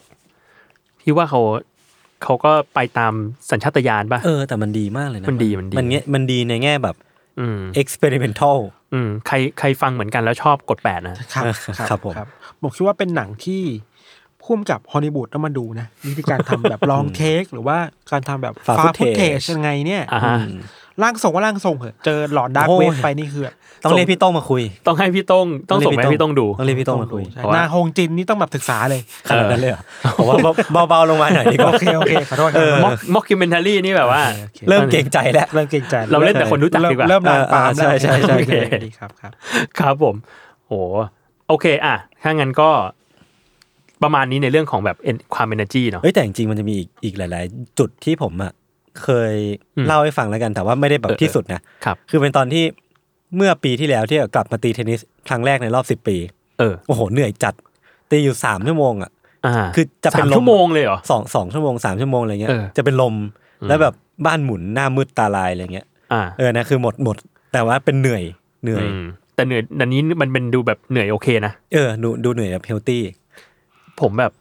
S1: พี่ว่าเขาเขาก็ไปตามสัญชาตญาณป่ะ
S2: เออ แต่มันดีมากเลยนะ
S1: มันดีมันดี
S2: มันเงี้ยมันดีในแง่แบบ
S1: อืม
S2: experimental
S1: อืมใครใครฟังเหมือนกันแล้วชอบกดแปดนะ
S3: ครับ
S2: ครับผม
S3: ผมคิดว่าเป็นหนังที่พุ่มกับฮอลลีวูดต้องมาดูนะวิธีการทำแบบลองเทคหรือว่าการทำแบบ
S2: Found
S3: ฟาฟุตเทจ
S2: footage
S3: ยังไงเนี่ย
S1: อ่าฮะ
S2: อืม
S3: ร่างทรงว่าร่างทรงเหอะเจอหลอดดัก
S2: โอ้ย
S3: เวฟไปนี่คือแบบ
S2: ต้องเรียกพี่โต้งมาคุย
S1: ต้องให้พี่โต้งต้องส่งไปให้พี่โต้งดู
S2: ต้องเรียกพี่โต้งมาคุย
S3: ใช่
S1: เพราะว่า
S3: หน้าฮงจินนี่ต้องแบบศึกษาเลย
S2: ขนาดนั้นเลย เหรอผมว่าเบาเบาๆลงมาหน่อยดีก
S3: โอ
S2: ว่า
S3: เค โอเค ขอโทษครั
S2: เออ
S1: ม็อกม็อกคิวเมนทารี่นี่แบบว่า
S3: โอค
S2: เริ่มเกรงใจแล้ว
S3: เริ่มเกรงใจ
S1: เราเล่นแต่คนรู้จัก
S3: เม
S1: ดีกว่า
S3: เริ่มลามปาม
S2: เออเออใช่ใช่ใช่
S3: โอเค
S1: โอเค
S3: ดีครับครับ
S1: ครับผม โอ้โอเค อ่ะ ถ้างั้นก็ ประมาณนี้ในเรื่องของแบบ en- ความ energy เนอะ
S2: เอ้ยแต่จริงๆมันจะมีอีกอีกหลาย ๆ จุดที่ผมอ่ะเคย
S1: อืม
S2: เล่าให้ฟังแล้วกันแต่ว่าไม่ได้แบ
S1: เอบ อเออ
S2: ที่สุดนะครับ คือเป็นตอนที่เมื่อปีที่แล้วที่กลับมาตีเทนนิสครั้งแรกในรอบสิบปี
S1: เออ
S2: โอ้โหเหนื่อยจัดตีอยู่สามชั่วโมงอ่ะ
S1: อ่า
S2: คือจะเป็น
S1: สาม
S2: ลม
S1: ชั่วโมงเลยเหรอ
S2: สองสองชั่วโมงสามชั่วโมงอะไรเงี้ย
S1: เออ
S2: จะเป็นลมแล้วแบบบ้านหมุนหน้ามืดตาลายอะไรเงี้ย
S1: อ่า
S2: เออนะคือหมดหมด แต่ว่าเป็นเหนื่อยเหนื่อย
S1: มแต่เหนื่อยดันนี้มันเป็นดูแบบเหนื่อยโอเคนะ
S2: เออดูดูเหนื่อยแบบเฮลตี้
S1: ผมแบบ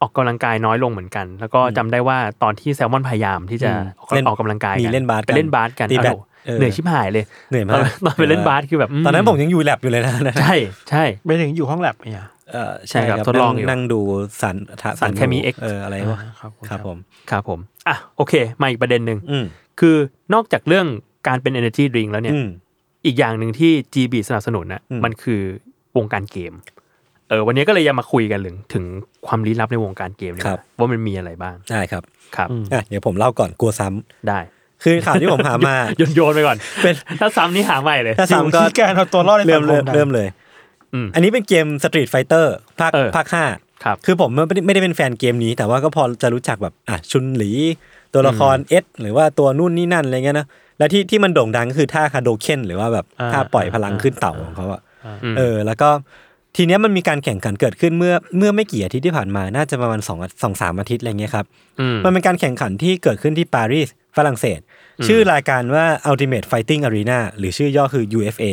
S1: ออกกำลังกายน้อยลงเหมือนกัน แล้วก็จำได้ว่าตอนที่แซลมอนพยายามที่จะ
S2: อืม
S1: ออกกำ
S2: เล่น
S1: ออกกำลังกายกั
S2: มีเล่นบาสกัน
S1: ไปเล่นบาสกัน
S2: ตีแบด
S1: อ้าว
S2: เออ
S1: เหนื่อยชิบหายเลย
S2: เหนื่อย
S1: ต
S2: มา
S1: อน
S2: ก
S1: ตอนไปเล่นบาสคือแบบ
S2: ตอนนั้นผมยังอยู่แลบอยู่เลยนะ
S1: ใช่ใช่
S3: ไปถึงอยู่ห้องแลบเนี่ย
S2: เออใช่ครับ
S1: ทดลองอยู่
S2: นั่นั่งดูสาร
S1: สารเคมี X
S2: เอออะไรวะ
S3: ครับผม
S2: ครับผม
S1: ครับผม อ่ะโอเค มาอีกประเด็นหนึ่ง
S2: อืม
S1: คือนอกจากเรื่องการเป็น energy drink แล้วเนี่ย
S2: อืม
S1: อีกอย่างหนึ่งที่ GB สนับสนุนนะ
S2: อืม
S1: มันคือวงการเกม เออ วันนี้ก็เลยจะมาคุยกันถึงถึงความลี้ลับในวงการเกมเนี่ยว่ามันมีอะไรบ้าง
S2: ได้ครับ
S1: ครับ
S2: อ่ะเดี๋ยวผมเล่าก่อนกลัวซ้ำ
S1: ได้
S2: คือข่าวที่ผมหามา
S1: โยนโยนไปก่อน
S2: เป็น
S1: ถ้าซ้ำนี่หาใหม่เลย
S2: ถ้าซ้ำก็
S3: อยู่ที่การเอาตัวรอดใน
S2: เริ่
S3: สั
S2: ม
S3: งค
S2: เริ่
S3: ม
S2: ม
S3: ได้
S2: เริ่มเลย
S1: อืม
S2: อันนี้เป็นเกม Street Fighter ภาค
S1: เออ
S2: ภาคห้า
S1: ครับ
S2: คือผมไม่ได้ไม่ได้เป็นแฟนเกมนี้ แต่ว่าก็พอจะรู้จักแบบอ่ะชุนหลี ตัวละครเอสหรือว่าตัวนู่นนี่นั่นอะไรเงี้ยนะแล้วที่ที่มันโด่งดังก็คือท่าคาโดเคนหรือว่าแบบ
S1: อ่า
S2: ท่าปล่อยพลังขึ้นเต่าของเขาอะ
S1: ม
S2: เออแล้วก็ทีเนี้ยมันมีการแข่งขันเกิดขึ้นเมื่อเมื่อไม่กี่อาทิตย์ที่ผ่านมาน่าจะประมาณสองสองสามอาทิตย์อะไรเงี้ยครับ
S1: ม
S2: มันเป็นการแข่งขันที่เกิดขึ้นที่ปารีสฝรั่งเศส
S1: อืม
S2: ชื่อรายการว่า Ultimate Fighting Arena หรือชื่อย่อคือ UFA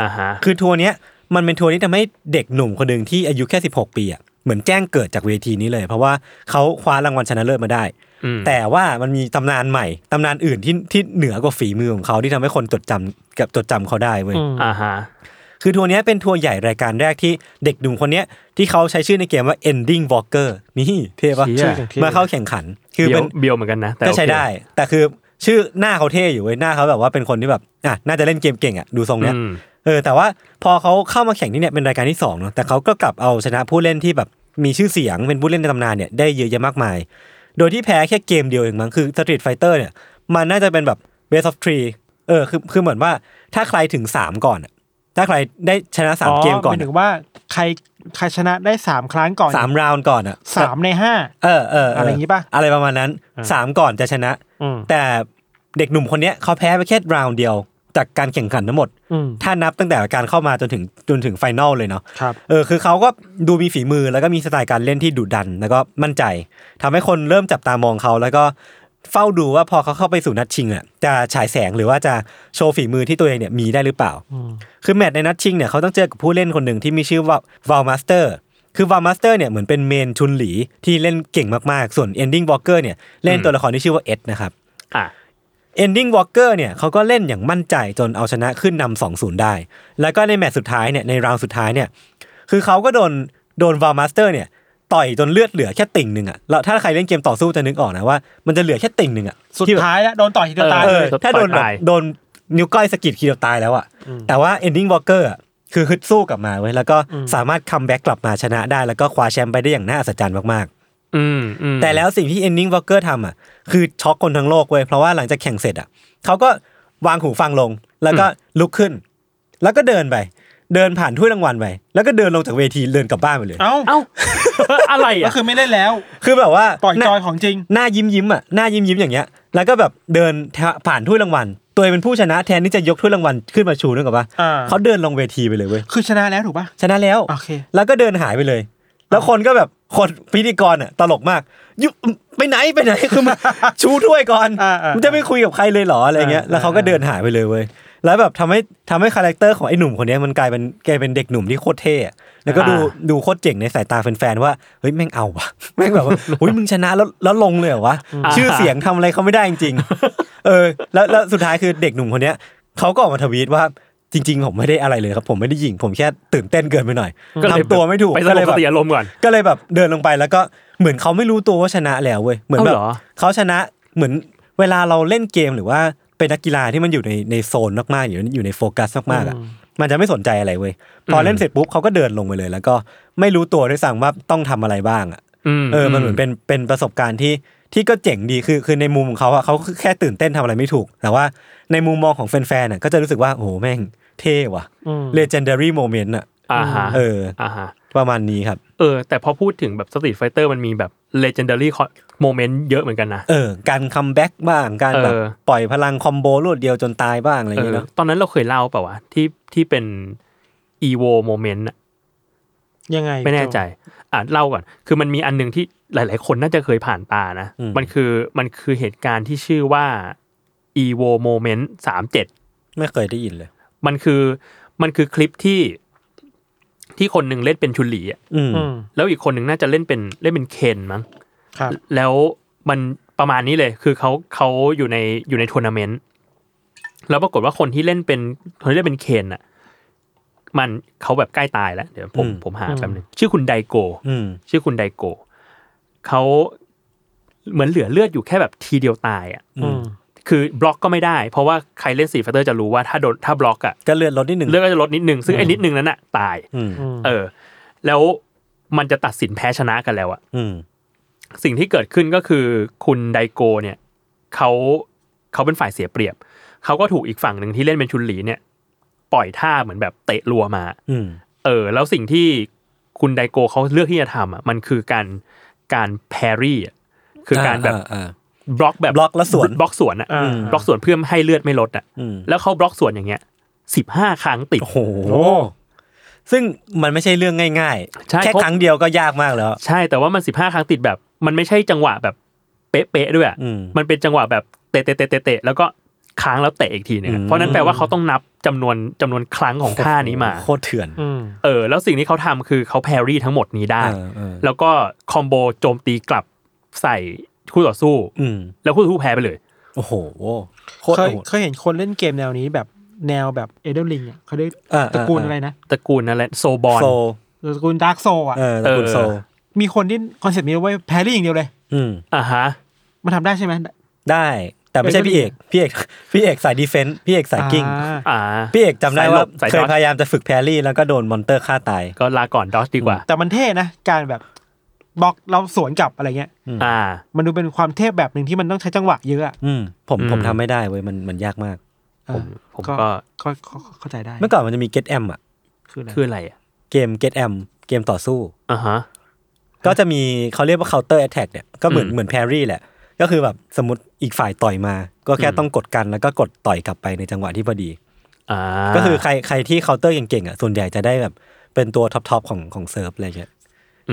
S1: อ่าฮะ
S2: คือทัวร์เนี้ยมันเป็นทัวร์ที่ทำให้เด็กหนุ่มคนหนึ่งที่อายุแค่ 16 ปีอ่ะเหมือนแจ้งเกิดจากเวทีนี้เลย เพราะว่าเขาคว้ารางวัลชนะเลิศมาได้
S1: อืม
S2: แต่ว่ามันมีตำนานใหม่ตำนานอื่นที่ที่เหนือกว่าฝีมือของเขาที่ทำให้คนจดจำกับจดจำเขาได้เว้ย
S1: อ่าฮะ
S2: คือทัวร์เนี้ยเป็นทัวร์ใหญ่รายการแรกที่เด็กหนุ่มคนเนี้ยที่เขาใช้ชื่อในเกมว่า ending walker นี่เท่ปะ
S1: เชี่ย
S2: มาเข้าแข่งขัน คือ
S1: เบี
S2: เป็
S1: ยวน เบียวเหมือนกันนะแต่
S2: ก็ใช้
S1: โอเค
S2: ได้ แต่คือชื่อหน้าเขาเท่อยู่เว้ยหน้าเขาแบบว่าเป็นคนที่แบบอ่ะน่าจะเล่นเกมเก่งอ่ะดูทรงเนี้ย
S1: อืม
S2: เออแต่ว่าพอเขาเข้ามาแข่งที่เนี่ยเป็นรายการที่สองเนาะแต่เขาก็กลับเอาชนะผู้เล่นที่แบบมีชื่อเสียงเป็นผู้เล่นในตำนานเนี่ยได้เยอะแยะมากมาย โดยที่แพ้แค่เกมเดียวเองมั้งคือ Street Fighter เนี่ยมันน่าจะเป็นแบบ best of three เออคือคือเหมือนว่าถ้าใครถึงสามก่อนอะถ้าใครได้ชนะสามเกมก่อน
S3: หายถึ
S2: อะ
S3: งว่าใครใครชนะได้สามครั้งก่อน
S2: สามราวน์ก่อนอ่ะ
S3: สามในห้า
S2: เออเออเ
S3: อะไรอย่างงี้ปะ
S2: อะไรประมาณนั้น
S3: อ่า
S2: สามก่อนจะชนะ
S3: อืม
S2: แต่เด็กหนุ่มคนเนี้ยเขาแพ้ไปแค่ราวน์เดียว จากการแข่งขันทั้งหมด
S3: อืม
S2: ถ้านับตั้งแต่การเข้ามาจนถึงจนถึงไฟนอลเลยเนาะ
S3: ครับ
S2: เออคือเขาก็ดูมีฝีมือแล้วก็มีสไตล์การเล่นที่ดุดัน แล้วก็มั่นใจทำให้คนเริ่มจับตามองเขา แล้วก็เฝ้าดูว่าพอเขาเข้าไปสู่นัดชิงอ่ะจะฉายแสงหรือว่าจะโชว์ฝีมือที่ตัวเองเนี่ยมีได้หรือเปล่า คือแมตช์ในนัดชิงเนี่ยเขาต้องเจอกับผู้เล่นคนหนึ่งที่มีชื่อว่าวาลมาสเตอร์คือวาลมาสเตอร์เนี่ยเหมือนเป็นเมนชุนหลีที่เล่นเก่งมากๆ ส่วนเอนดิ้งวอลเกอร์เนี่ยเล่นตัวละครที่ชื่อว่าเอ็ดนะครับ
S1: อ่ะ
S2: เอนดิ้งวอลเกอร์เนี่ยเขาก็เล่นอย่างมั่นใจจนเอาชนะขึ้นนำสองศูนย์ได้ แล้วก็ในแมตช์สุดท้ายเนี่ยในราวสุดท้ายเนี่ยคือเขาก็โดนโดนวามาสเตอร์เนี่ยต่อยจนเลือดเหลือแค่ติ่งหนึ่งอะแล้วถ้าใครเล่นเกมต่อสู้จะนึกออกนะว่ามันจะเหลือแค่ติ่งหนึ่งอะ
S3: สุด
S2: ที่แบบ
S3: ท้ายแล้วโดนต่อยทีเดียวตาย
S2: เอ
S3: เล
S2: อย ถ้าโดนแบบ
S1: ตาย
S2: โดนนิ้วก้อยสะกิดทีเดียวตายแล้วอะแต่ว่าเอนดิ้งวอลเกอร์คือฮึดสู้กลับมาเว้ยแล้วก็สามารถคัมแบ็กกลับมาชนะได้แล้วก็คว้าแชมป์ไปได้อย่างน่าอัศจรรย์มากๆ
S1: อืมอืม
S2: แต่แล้วสิ่งที่ Ending Walker ทำอ่ะคือช็อกคนทั้งโลกเว้ยเพราะว่าหลังจากแข่งเสร็จอ่ะเขาก็วางหูฟังลงแล้วก็ลุกขึ้น แล้วก็เดินไป เดินผ่านถ้วยรางวัลไปแล้วก็เดินลงจากเวทีเดินกลับบ้านไปเลย
S3: เอ้า
S1: เอ้า อะไร
S3: ก็
S1: อ่ะ
S3: คือไม่เล่นแล้ว
S2: คือแบบว่า
S3: ปล่อย
S2: ห
S3: จ
S2: น้า
S3: อยของจริง
S2: หน้ายิ้มยิ้มๆอ่ะหน้ายิ้มยิ้มๆอย่างเงี้ย แล้วก็แบบเดินผ่านถ้วยรางวัล ตัวเองเป็นผู้ชนะแทนที่จะยกถ้วยรางวัลขึ้นมาชูนึกออกปะ
S3: อ่า
S2: เขาเดินลงเวทีไปเลยเว้ย
S3: คือชนะแล้วถูกป่ะ
S2: ชนะแล้ว
S3: โอเค
S2: แล้วก็เดินหายไปเลย แล้วคนก็แบบคนพิธีกรอ่ะตลกมากยุไปไหนไปไหน คือมัน ชูถ้วยก่อน
S3: อ่าอ่า
S2: มันจะไม่คุยกับใครเลยเหรออะไรเงี้ย
S3: อ่า
S2: แล้วเขาก็เดินหายไปเลยเว้ย แล้วแบบทำให้ทำให้คาแรคเตอร์ของไอ้หนุ่มคนเนี้ยมันกลายเป็นกลายเป็นเด็กหนุ่มที่โคตรเท่อะแล้วก็ดู
S1: อ่า
S2: ดูโคตรเจ๋งในสายตาแฟนๆว่าเฮ้ยแม่ง เอาวะ แม่งแบบว่าเฮ้ยมึงชนะแล้วแล้วลงเลยเหรอวะ ชื่อเสียงทำอะไรเขาไม่ได้จริงๆ เออ แล้วแล้วสุดท้ายคือเด็กหนุ่มคนเนี้ยเขาก็ออกมาทวีตว่าจริง ๆ ผมไม่ได้อะไรเลยครับผมไม่ได้หยิงผมแค่ตื่นเต้นเกินไปหน่อย
S1: ก็เลย
S2: ทำตัวไม่ถูก
S1: ไปส
S2: ก็
S1: ง
S2: เลย
S1: บ
S2: แบ
S1: ส
S2: บ
S1: ติอารมณ์ก่อน
S2: ก็เลยแบบเดินลงไปแล้วก็เหมือนเขาไม่รู้ตัวว่าชนะแล้วเว้ยเหมือนแบบ
S1: เอาเหรอ
S2: เขาชนะเหมือนเวลาเราเล่นเกมหรือว่าเป็นนักกีฬาที่มันอยู่ในในโซนมากๆอยู่อยู่ในโฟกัสมากๆอ่ะมันจะไม่สนใจอะไรเว้ยพอเล่นเสร็จปุ๊บเขาก็เดินลงไปเลย แล้วก็ไม่รู้ตัวด้วยซ้ำว่าต้องทำอะไรบ้างอ่ะ เออ มันเหมือนเป็น เป็นประสบการณ์ที่ ที่ก็เจ๋งดี คือ คือในมุมของเขาอะเขาแค่ตื่นเต้นทำอะไรไม่ถูก แต่ว่าในมุมมองของแฟนๆน่ะก็จะรู้สึกว่า โอ้โห แม่งเท่ว่ะ legendary moment อ่ะ
S1: อ่าฮะ
S2: เออ
S1: อ่าฮะ
S2: ประมาณนี้ครับ
S1: เออ แต่พอพูดถึงแบบสตรีทไฟเตอร์มันมีแบบเลเจนดารี่โมเมนต์เยอะเหมือนกันนะ
S2: เออ การคัมแบ็กบ้าง การแบบ
S1: เออ
S2: ปล่อยพลังคอมโบรวดเดียวจนตายบ้างอะไรอย่างเงี้ยเนอะ
S1: เออตอนนั้นเราเคยเล่าเปล่าวะที่ที่เป็นอีโวโมเมนต์
S3: ยังไง
S1: ไม่แน่ใจ อ่ะเล่าก่อน คือมันมีอันหนึ่งที่หลาย ๆ คนน่าจะเคยผ่านตานะ มันคือมันคือเหตุการณ์ที่ชื่อว่าอีโวโมเมนต์สามเจ็ด
S2: ไม่เคยได้ยินเลย
S1: มันคือมันคือคลิปที่ที่คนหนึ่งเล่นเป็นชุนหลีอะ
S2: อืม
S3: อืม
S1: แล้วอีกคนหนึ่งน่าจะเล่นเป็นเล่นเป็นเคนมั้ง
S3: ครับ
S1: แล้วมันประมาณนี้เลย คือเขาเขาอยู่ในอยู่ในทัวร์นาเมนต์ แล้วปรากฏว่าคนที่เล่นเป็นคนที่เล่นเป็นเคนอ่ะ มันเขาแบบใกล้ตายแล้ว เดี๋ยวผม
S2: อืม
S1: ผมหาแป๊บนึงชื่อคุณไดโก
S2: อืม
S1: ชื่อคุณไดโก เขาเหมือนเหลือเลือดอยู่แค่แบบทีเดียวตายอ่ะ
S3: อืม
S1: คือบล็อกก็ไม่ได้ เพราะว่าใครเล่นสีฟัตเตอร์จะรู้ว่าถ้าโดนถ้าบล็อกอ่ะ
S2: ก็เลื่อนรถนิดหนึ่ง
S1: เลือดก็จะลดนิดนึง ซึ่งไอ้นิดนึงนั้นอ่ะตาย
S2: อืม
S1: เออ แล้วมันจะตัดสินแพ้ชนะกันแล้วอะ
S2: อืม
S1: สิ่งที่เกิดขึ้นก็คือคุณไดโกเนี่ยเขาเขาเป็นฝ่ายเสียเปรียบ เขาก็ถูกอีกฝั่งหนึ่งที่เล่นเป็นชุนหลีเนี่ย ปล่อยท่าเหมือนแบบเตะรัวมา
S2: อืม
S1: เออ แล้วสิ่งที่คุณไดโกเขาเลือกที่จะทำอ่ะมันคือการการแพรี่อะคือการแบบบล็อกแบบ
S2: บล็อกแล้วสวน
S1: บล็อกสวนอ่ะ
S3: อ่า
S1: บล็อกสวนเพื่อให้เลือดไม่ลดอ่ะ
S2: อืม
S1: แล้วเขาบล็อกสวนอย่างเงี้ยสิบห้าครั้งติด
S2: โอ้โห ซึ่งมันไม่ใช่เรื่องง่าย
S1: ใช่
S2: ๆ แค่
S1: เพราะ
S2: ครั้งเดียวก็ยากมากแล้ว
S1: ใช่แต่ว่ามันสิบห้าครั้งติดแบบ มันไม่ใช่จังหวะแบบเป๊ะๆด้วยอะ
S2: อืม
S1: มันเป็นจังหวะแบบเตะเตะเตะเตะเตะแล้วก็ค้างแล้วเตะอีกทีหนึง
S2: อื
S1: อะ
S2: ม
S1: เพราะนั้นแปลว่าเขาต้องนับจำนวนจำนวนครั้งของท่านี้มา
S2: โคตรเถื่อน
S3: อืม
S1: เออแล้วสิ่งที่เขาทำคือเขาแพรรี่ทั้งหมดนี้ได้
S2: เออเออ
S1: แล้วก็คอมโบโจมตีกลับใส่คู่ต่อสู้
S2: อืม
S1: แล้วคู่ต่อสู้แพ้ไปเลย
S2: โอ้โหโคต
S3: เค
S2: ร
S3: ย
S2: โหด
S3: เคยเห็นคนเล่นเกมแนวนี้แบบแนวแบบเอเดอร์ลิงอ่ะเขาเรียก
S2: อ่าอ่า
S3: ตระกูลอะไรนะ
S1: ตระกูลนั่นแหละโซบอล
S2: โซ
S3: ตระกูลดาร์กโซอ่ะ
S2: เออตระกูล
S1: เออ
S2: โซ
S3: มีคนที่คอนเซ็ปต์นี้ไว้แพรรี่อย่างเดียวเลย
S2: อืม
S1: อ่ะฮะ
S3: มันทำได้ใช่ไหม
S2: ได้ แต่ไม่ใช่
S3: ไม่
S2: พี่
S3: ได้
S2: เอกพี่เอกพี่เอกสายดีเฟนต์พี่เอกสายกิ้ง
S3: อ่า
S1: อ่า
S2: พี่เอกจำได้
S1: สายหล
S2: ว่า
S1: บสาย
S2: เคย
S1: ดอท
S2: พยายามจะฝึกแพรรี่แล้วก็โดนมอนเตอร์ฆ่าตาย
S1: ก็ลาก่อนดอชดีกว่า
S3: แต่มันเท่นะ การแบบบล็อกเราสวนกลับอะไรเงี้ย
S1: อ่า
S3: มันดูเป็นความเทพแบบหนึ่งที่มันต้องใช้จังหวะเยอะอะ
S2: อืมผม
S1: อืม
S2: ผมทำไม่ได้เว้ยมันมันยากมาก
S1: ผมผม
S3: อ่า
S1: ก็
S3: ก็ก็ก็เข้าใจได้
S2: เมื่อก่อนมันจะมี Get M อ่ะ
S3: คืออะไร
S1: คืออะไรอ่ะ
S2: เกม Get M เกมต่อสู้
S1: อ่าฮะ
S2: ก็จะมีเขาเรียกว่า counter attack เนี่ยก็เหมือน
S1: อืม
S2: เหมือน parry แหละ ก็คือแบบสมมติอีกฝ่ายต่อยมา ก็แค่
S1: อืม
S2: ต้องกดกันแล้วก็กดต่อยกลับไปในจังหวะที่พอดี
S1: อ่า
S2: ก็คือใครใครที่เคาน์เตอร์เก่งๆอ่ะส่วนใหญ่จะได้แบบเป็นตัวท็อปทอปของของเซิร์ฟอะไรเงี้ย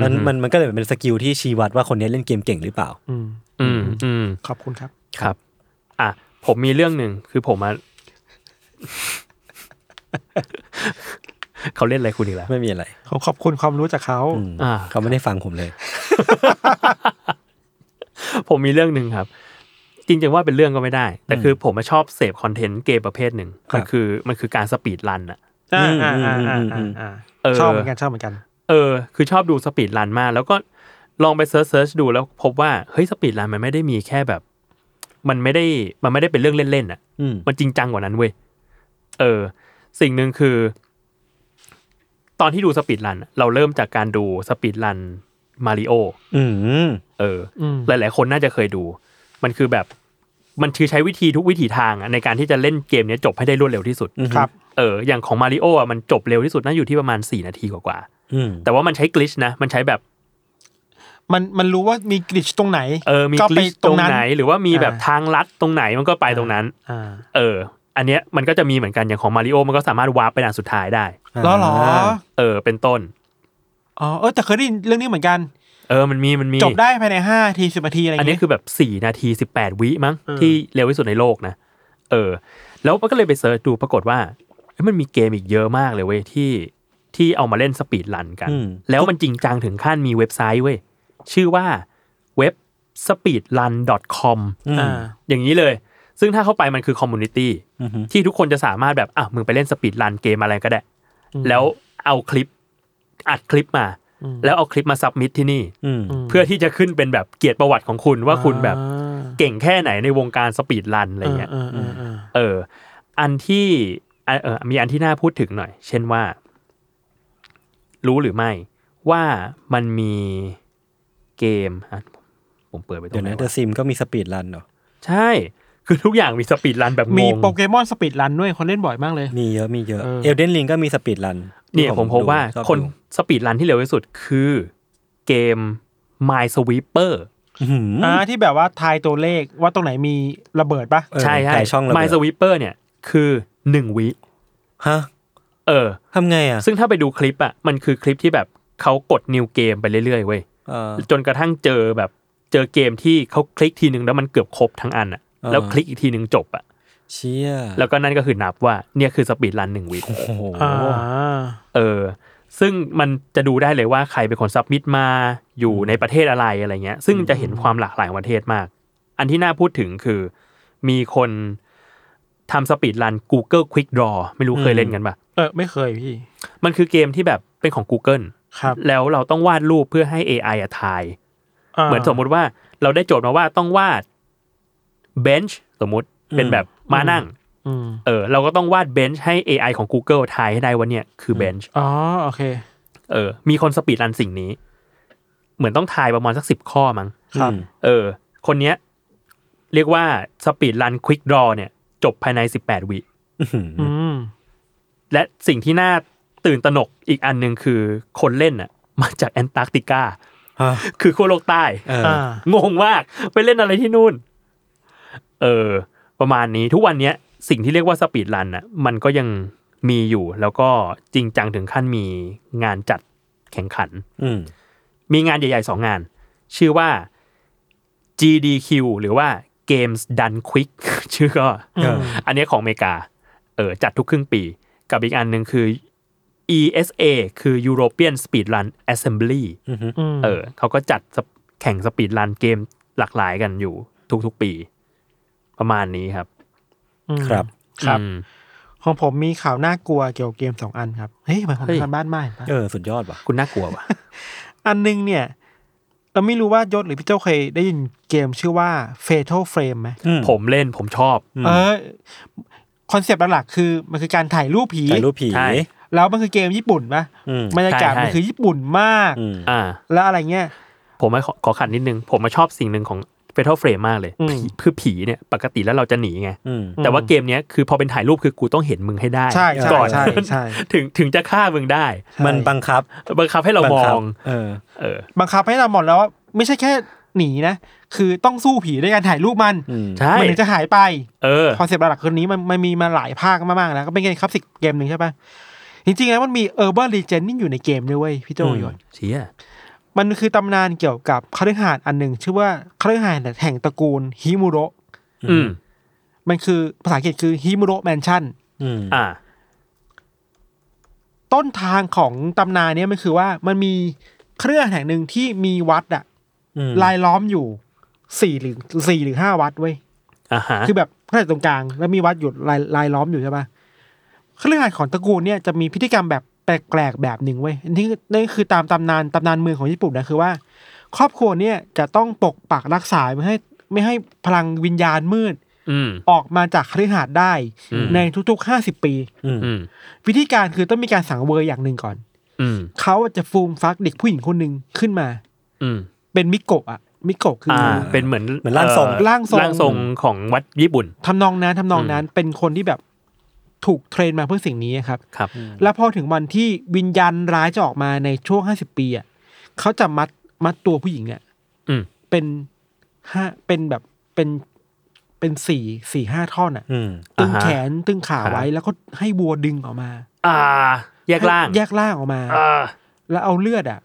S2: มันมันมันก็เลยเป็นสกิลที่ชี้วัดว่าคนนี้เล่นเกมเก่งหรือเปล่า
S3: อืม
S1: อืมอืม
S3: ขอบคุณครับ
S1: ครับ อ่ะ ผมมีเรื่องหนึ่งคือผมอะ เขาเล่นอะไรคุณอีกแล้ว
S2: ไม่มีอะไร
S3: ขอขอบคุณความรู้จากเขา
S2: อืม
S1: อ่า
S2: เขาไม่ได้ฟังผมเลย
S1: ผมมีเรื่องหนึ่งครับ จริงๆว่าเป็นเรื่องก็ไม่ได้ แต่คือผมอะชอบเสพคอนเทนต์เกมประเภทหนึ่ง
S2: ครับ
S1: มันคือมันคือการสปีดรันอะ
S3: อ่าอ่า
S2: อื
S3: อ่าม
S2: อื
S3: อ่าม
S2: อืม
S3: อ่า
S1: เออ
S3: ชอบเหมือนกันชอบเหมือนกัน
S1: เออ คือชอบดูสปีดรันมาก แล้วก็ลองไปเซิร์ชๆดูแล้วพบว่า เฮ้ยสปีดรันมันไม่ได้มีแค่แบบ มันไม่ได้มันไม่ได้เป็นเรื่องเล่นๆอะ
S2: อืม
S1: มันจริงจังกว่านั้นเว้ย เออ สิ่งหนึ่งคือ ตอนที่ดูสปีดรันอะเราเริ่มจากการดูสปีดรันมาริโอ
S2: อืม
S1: เออ
S3: อืม
S1: หลาย ๆ คนน่าจะเคยดู มันคือแบบ มันคือใช้วิธีทุกวิถีทางอะในการที่จะเล่นเกมเนี้ยจบให้ได้รวดเร็วที่สุด
S3: ครับ
S1: เออ อย่างของมาริโอะมันจบเร็วที่สุดน่าอยู่ที่ประมาณ 4 นาทีกว่า
S2: อืม
S1: ๆ แต่ว่ามันใช้กลิชนะ มันใช้แบบ
S3: มันมันรู้ว่ามีกริชตรงไหน
S1: เออ มี
S3: ก็
S1: ก
S3: ไป
S1: ลิช
S3: ต
S1: ต
S3: ร
S1: รง ง
S3: นั้น
S1: ไหน หรือว่ามีแบบ
S3: อ่า
S1: ทางลัดตรงไหนมันก็ไปตรงนั้น
S3: อ่า
S1: เออ อันเนี้ยมันก็จะมีเหมือนกัน อย่างของมาริโอมันก็สามารถวาร์ปไปด่านสุดท้ายได้
S3: แล้วเหรอ
S1: เออ เป็นต้น
S3: อ๋อเออแต่เคยได้ยินเรื่องนี้เหมือนกัน
S1: เออ มันมี มันมี
S3: จบได้ภายในห้าทีสิบนาทีอะไรอ
S1: อัน
S3: ย่าง
S1: นี้
S3: เงี้ย
S1: คือแบบ 4 นาที 18 วิมั้ง
S3: เออ
S1: ที่เร็วที่สุดในโลกนะ เออ แล้วมันก็เลยไปเสิร์ชดูปรากฏว่าเอ้ยมันมีเกมอีกเยอะมากเลยเว้ยที่ที่เอามาเล่นสปีดรันกัน แล้วมันจริงจังถึงขั้นมีเว็บไซต์เว้ย ชื่อว่าเว็บ speedrun.com
S2: อืม
S3: อ่า
S1: อย่างนี้เลย ซึ่งถ้าเข้าไปมันคือคอมมูนิตี้
S2: อืม
S1: ที่ทุกคนจะสามารถแบบ อ่ะ มึงไปเล่นสปีดรันเกมอะไรก็ได้ แล้วเอาคลิปอัดคลิปมา แล้วเอาคลิปมาซับมิดที่นี่
S2: อืม
S1: เพื่อที่จะขึ้นเป็นแบบเกียรติประวัติของคุณว่าคุณแบบ
S3: อ่า
S1: เก่งแค่ไหนในวงการสปีดรันอะไรเงี้ย
S3: เออเออเออ
S1: เออ อันที่อ่ะเออมีอันที่น่าพูดถึงหน่อย เช่นว่า รู้หรือไม่ว่ามันมีเกมอ่ะผมเปิดไปตร
S2: เดี๋ย
S1: ง
S2: ว
S1: ไห
S2: นะ
S1: น
S2: เด
S1: วะ
S2: อะซิมก็มีสปีดรันเหรอ
S1: ใช่ คือทุกอย่างมีสปีดรันแบบงง
S3: มีโปเกมอนสปีดรันด้วยคนเล่นบ่อยมากเลย
S2: มีเยอะมีเยอะ
S3: เออ
S2: เอลเดนลิงก็มีสปีดรัน
S1: เนี่ยผมพบว่า
S2: ชอบดู
S1: คนสปีดรันที่เร็วที่สุดคือเกม My Sweeper
S2: อื้อหือ
S3: อ่าที่แบบว่าทายตัวเลขว่าตรงไหนมีระเบิดปะ
S2: เออ
S1: ใช่ใช่
S2: หลายช่องระเบิด
S1: My Sweeper เนี่ยคือหนึ่งวิ
S2: ฮะ
S1: เออ
S2: ทำไงอ่ะ
S1: ซึ่งถ้าไปดูคลิปอ่ะ มันคือคลิปที่แบบเขากดนิวเกมไปเรื่อยๆเว้ย
S2: เออ
S1: จนกระทั่งเจอแบบเจอเกมที่เขาคลิกทีหนึ่งแล้วมันเกือบครบทั้งอันอ่ะ
S2: อ่า
S1: แล้วคลิกอีกทีหนึ่งจบอ่ะ
S2: เชี่ย
S1: แล้วก็นั่นก็คือนับว่าเนี่ยคือสปีดรันหนึ่งวิ
S2: โอ้โห
S3: อ่า
S1: เออ ซึ่งมันจะดูได้เลยว่าใครเป็นคนซับมิดมาอยู่ในประเทศอะไรอะไรเงี้ย ซึ่งจะเห็นความหลากหลายของประเทศมาก อันที่น่าพูดถึงคือมีคนทำสปีดรัน Google Quick Draw ไม่รู้เคยเล่นกันปะ
S3: เออไม่เคยพี่
S1: มันคือเกมที่แบบเป็นของ Google
S3: ครับ
S1: แล้วเราต้องวาดรูปเพื่อให้ AI อะทาย
S3: า
S1: เหมือนสมมุติว่าเราได้โจทย์มาว่าต้องวาดเบนช์สมมุติเป็นแบบมานั่ง
S3: อืม
S1: เออ เราก็ต้องวาดเบนช์ให้ AI ของ Google ทายให้ได้ว่าเนี่ยคือเบนช์
S3: อ๋อโอเค
S1: เออ มีคนสปีดรันสิ่งนี้ เหมือนต้องทายประมาณสักสิบข้อมั้ง
S3: ครับ
S1: เออ คนเนี้ย เรียกว่าสปีดรันควิกดรอเนี่ย จบภายใน 18 วิ
S2: อื้อหือ
S3: อืม
S1: และสิ่งที่น่าตื่นตระหนกอีกอันหนึ่งคือคนเล่นน่ะ มาจากแอนตาร์กติกา
S2: ฮะ
S1: คือขั้วโลกใต้
S2: เออ
S3: อ่า
S1: งงมาก ไปเล่นอะไรที่นู่น เออ ประมาณนี้ทุกวันเนี้ย สิ่งที่เรียกว่าสปีดรันน่ะ มันก็ยังมีอยู่ แล้วก็จริงจังถึงขั้นมีงานจัดแข่งขัน
S2: อืม
S1: มีงานใหญ่ๆสองงาน ชื่อว่า GDQ หรือว่า Games Done Quick ชื่อก็
S3: อืม
S1: อันเนี้ยของอเมริกา เออ จัดทุกครึ่งปี กับอีกอันหนึ่งคือ ESA คือ European Speed Run Assembly
S3: อืม
S1: เออเขาก็จัดสปแข่งสปีดรันเกมหลากหลายกันอยู่ทุกๆปี ประมาณนี้ครับ
S3: ม
S2: ครับ
S3: ครับ
S1: อืม
S3: ของผมมีข่าวน่ากลัวเกี่ยวกับเกมสองอันครับ เฮ้ยทำไมผม
S1: เฮ้ย
S3: ทำบ้านไม่ปะ
S2: เออสุดยอดว่ะ
S1: คุณน่ากลัววะ
S3: อันหนึงเนี่ย เราไม่รู้ว่ายศหรือพี่เจ้าเคยได้ยินเกมชื่อว่า Fatal Frame ไหม
S2: อืม
S1: ผมเล่นผมชอบ
S2: อืม
S3: เออคอนเซปต์หลักๆคือ มันคือการถ่ายรูปผี
S2: ถ่ายรูปผี
S1: ใช่
S3: แล้วมันคือเกมญี่ปุ่นปะ
S2: อืม
S3: บรรยากาศ
S1: ใช่ใช่
S3: มันคือญี่ปุ่นมาก
S2: อืม
S1: อ่า
S3: แล้วอะไรเงี้ย
S1: ผมมาขอขอขัดนิดนึง ผมมาชอบสิ่งหนึ่งของ Fatal Frame มากเลย
S3: อืม
S1: ผีคือผีเนี่ย ปกติแล้วเราจะหนีไง
S2: อืม
S1: แต่ว่าเกมเนี้ยคือพอเป็นถ่ายรูปคือกูต้องเห็นมึงให้ได้
S3: ใช่ใช่
S1: ก่อน
S3: ใช่ใช่
S1: ถึงถึงจะฆ่ามึงได้
S2: มันบังคับ
S1: บังคับให้เรา
S2: บั
S1: มอ
S2: คับ
S1: ง
S2: เออ
S1: เออ
S3: บังคับให้เราหมดแล้วว่าไม่ใช่แค่ หนีนะ คือต้องสู้ผีด้วยการถ่ายรูปมัน
S2: อืม
S1: ใช่
S3: มันถึงจะหายไป
S1: เออ
S3: คอนเซปต์หลักๆคนนี้มันมันมีมาหลายภาคมากๆนะก็เป็นเกมคลาสสิกเกมหนึ่งใช่ปะจริงๆแล้วมันมี Urban Legend นี่อยู่ในเกมด้วยเว้ยพี่โจ
S2: อืม
S3: ยอน
S1: เชีย
S3: มันคือตำนานเกี่ยวกับคฤหาสน์อันหนึ่งชื่อว่าคฤหาสน์แห่งตระกูลฮิมูโระ
S1: อืม
S3: มันคือภาษาอังกฤษคือฮิมูโระแมนชั่น
S2: อืม
S1: อ่า
S3: ต้นทางของตำนานเนี้ยมันคือว่ามันมีเครื่องแห่งหนึ่งที่มีวัดอะ
S2: อืม
S3: รายล้อมอยู่สี่หรือสี่หรือห้าวัดเว้ย
S1: อ่าฮะ
S3: คือแบบขนาดตรงกลางแล้วมีวัดอยู่ลายลายล้อมอยู่ใช่ปะเครือข่ายของตระกูลเนี่ยจะมีพฤติกรรมแบบแปลกๆแบบหนึ่งเว้ยอันนี่นั่นคือตามตำนานตำนานเมืองของญี่ปุ่นนะคือว่า ครอบครัวเนี่ยจะต้องปกปักรักษาไม่ให้ไม่ให้พลังวิญญาณมืด
S1: อืม
S3: ออกมาจากคฤหาสน์ได้
S1: อืม
S3: ในทุกๆห้าสิบปี
S2: อืม
S1: อืม
S3: วิธีการคือต้องมีการสังเวยอย่างหนึ่งก่อน
S1: อืม
S3: เขาจะฟูมฟักเด็กผู้หญิงคนหนึ่งขึ้นมา
S1: อืม
S3: เป็นมิโกะอะมิโกะคือ
S1: อ่า
S3: อ
S1: เป็นเหมือน
S2: เหมือนร่างทรง
S1: เอ่อ
S3: ร่างทรง
S1: ร่างทรงของวัดญี่ปุ่น
S3: ทำนองนั้นทำนองนั้นเป็นคนที่แบบถูกเทรนมาเพื่อสิ่งนี้ครับ
S1: ครับ
S3: แล้วพอถึงวันที่วิญญาณร้ายจะออกมาในช่วงห้าสิบปีอ่ะเขาจะมัดมัดตัวผู้หญิงอ่ะ
S1: อืม
S3: เป็นห้าเป็นแบบเป็นเป็นสี่สี่ห้าท่อนอ่ะ
S2: อืม
S3: ตึง
S1: อ่าฮะ
S3: แขนตึงขา
S1: ครับ
S3: ไว้แล้วก็ให้วัวดึงออกมา
S1: อ่า แยกล่าง
S3: ให้แยกล่างออกมา
S1: อ่า
S3: แล้วเอาเลือดอ่ะ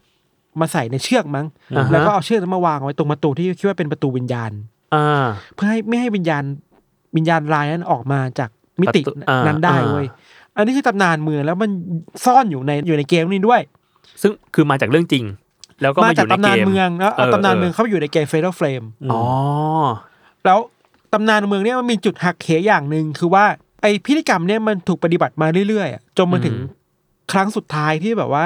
S3: มาใส่ในเชือกมั้ง
S1: อ่าฮะ
S3: แล้วก็เอาเชือกนั้นมาวางไว้ตรงประตูที่คิดว่าเป็นประตูวิญญาณ
S1: อ่า
S3: เพื่อให้ไม่ให้วิญญาณวิญญาณร้ายนั้นออกมาจากมิติ
S1: ประตูอ่า
S3: นั้นได้
S1: อ่า
S3: เว้ยอันนี้คือตำนานเมืองแล้วมันซ่อนอยู่ในอยู่ในเกมนี้ด้วย
S1: ซึ่งคือมาจากเรื่องจริง แล้วก็
S3: มา
S1: มาอ
S3: จาก
S1: ยู่ใน
S3: ตำ
S1: เก
S3: นาน
S1: ม
S3: เมืองแล้วเอา
S1: เออ
S3: ตำนานเมืองเข้าไปอยู่ในเกม Fatal Frame
S1: อ๋อ
S3: แล้วตำนานเมืองเนี่ยมันมีจุดหักเหอย่างหนึ่งคือว่าไอพิธีกรรมเนี่ยมันถูกปฏิบัติมาเรื่อยๆอะจนมาถึง
S1: อืม
S3: ครั้งสุดท้ายที่แบบว่า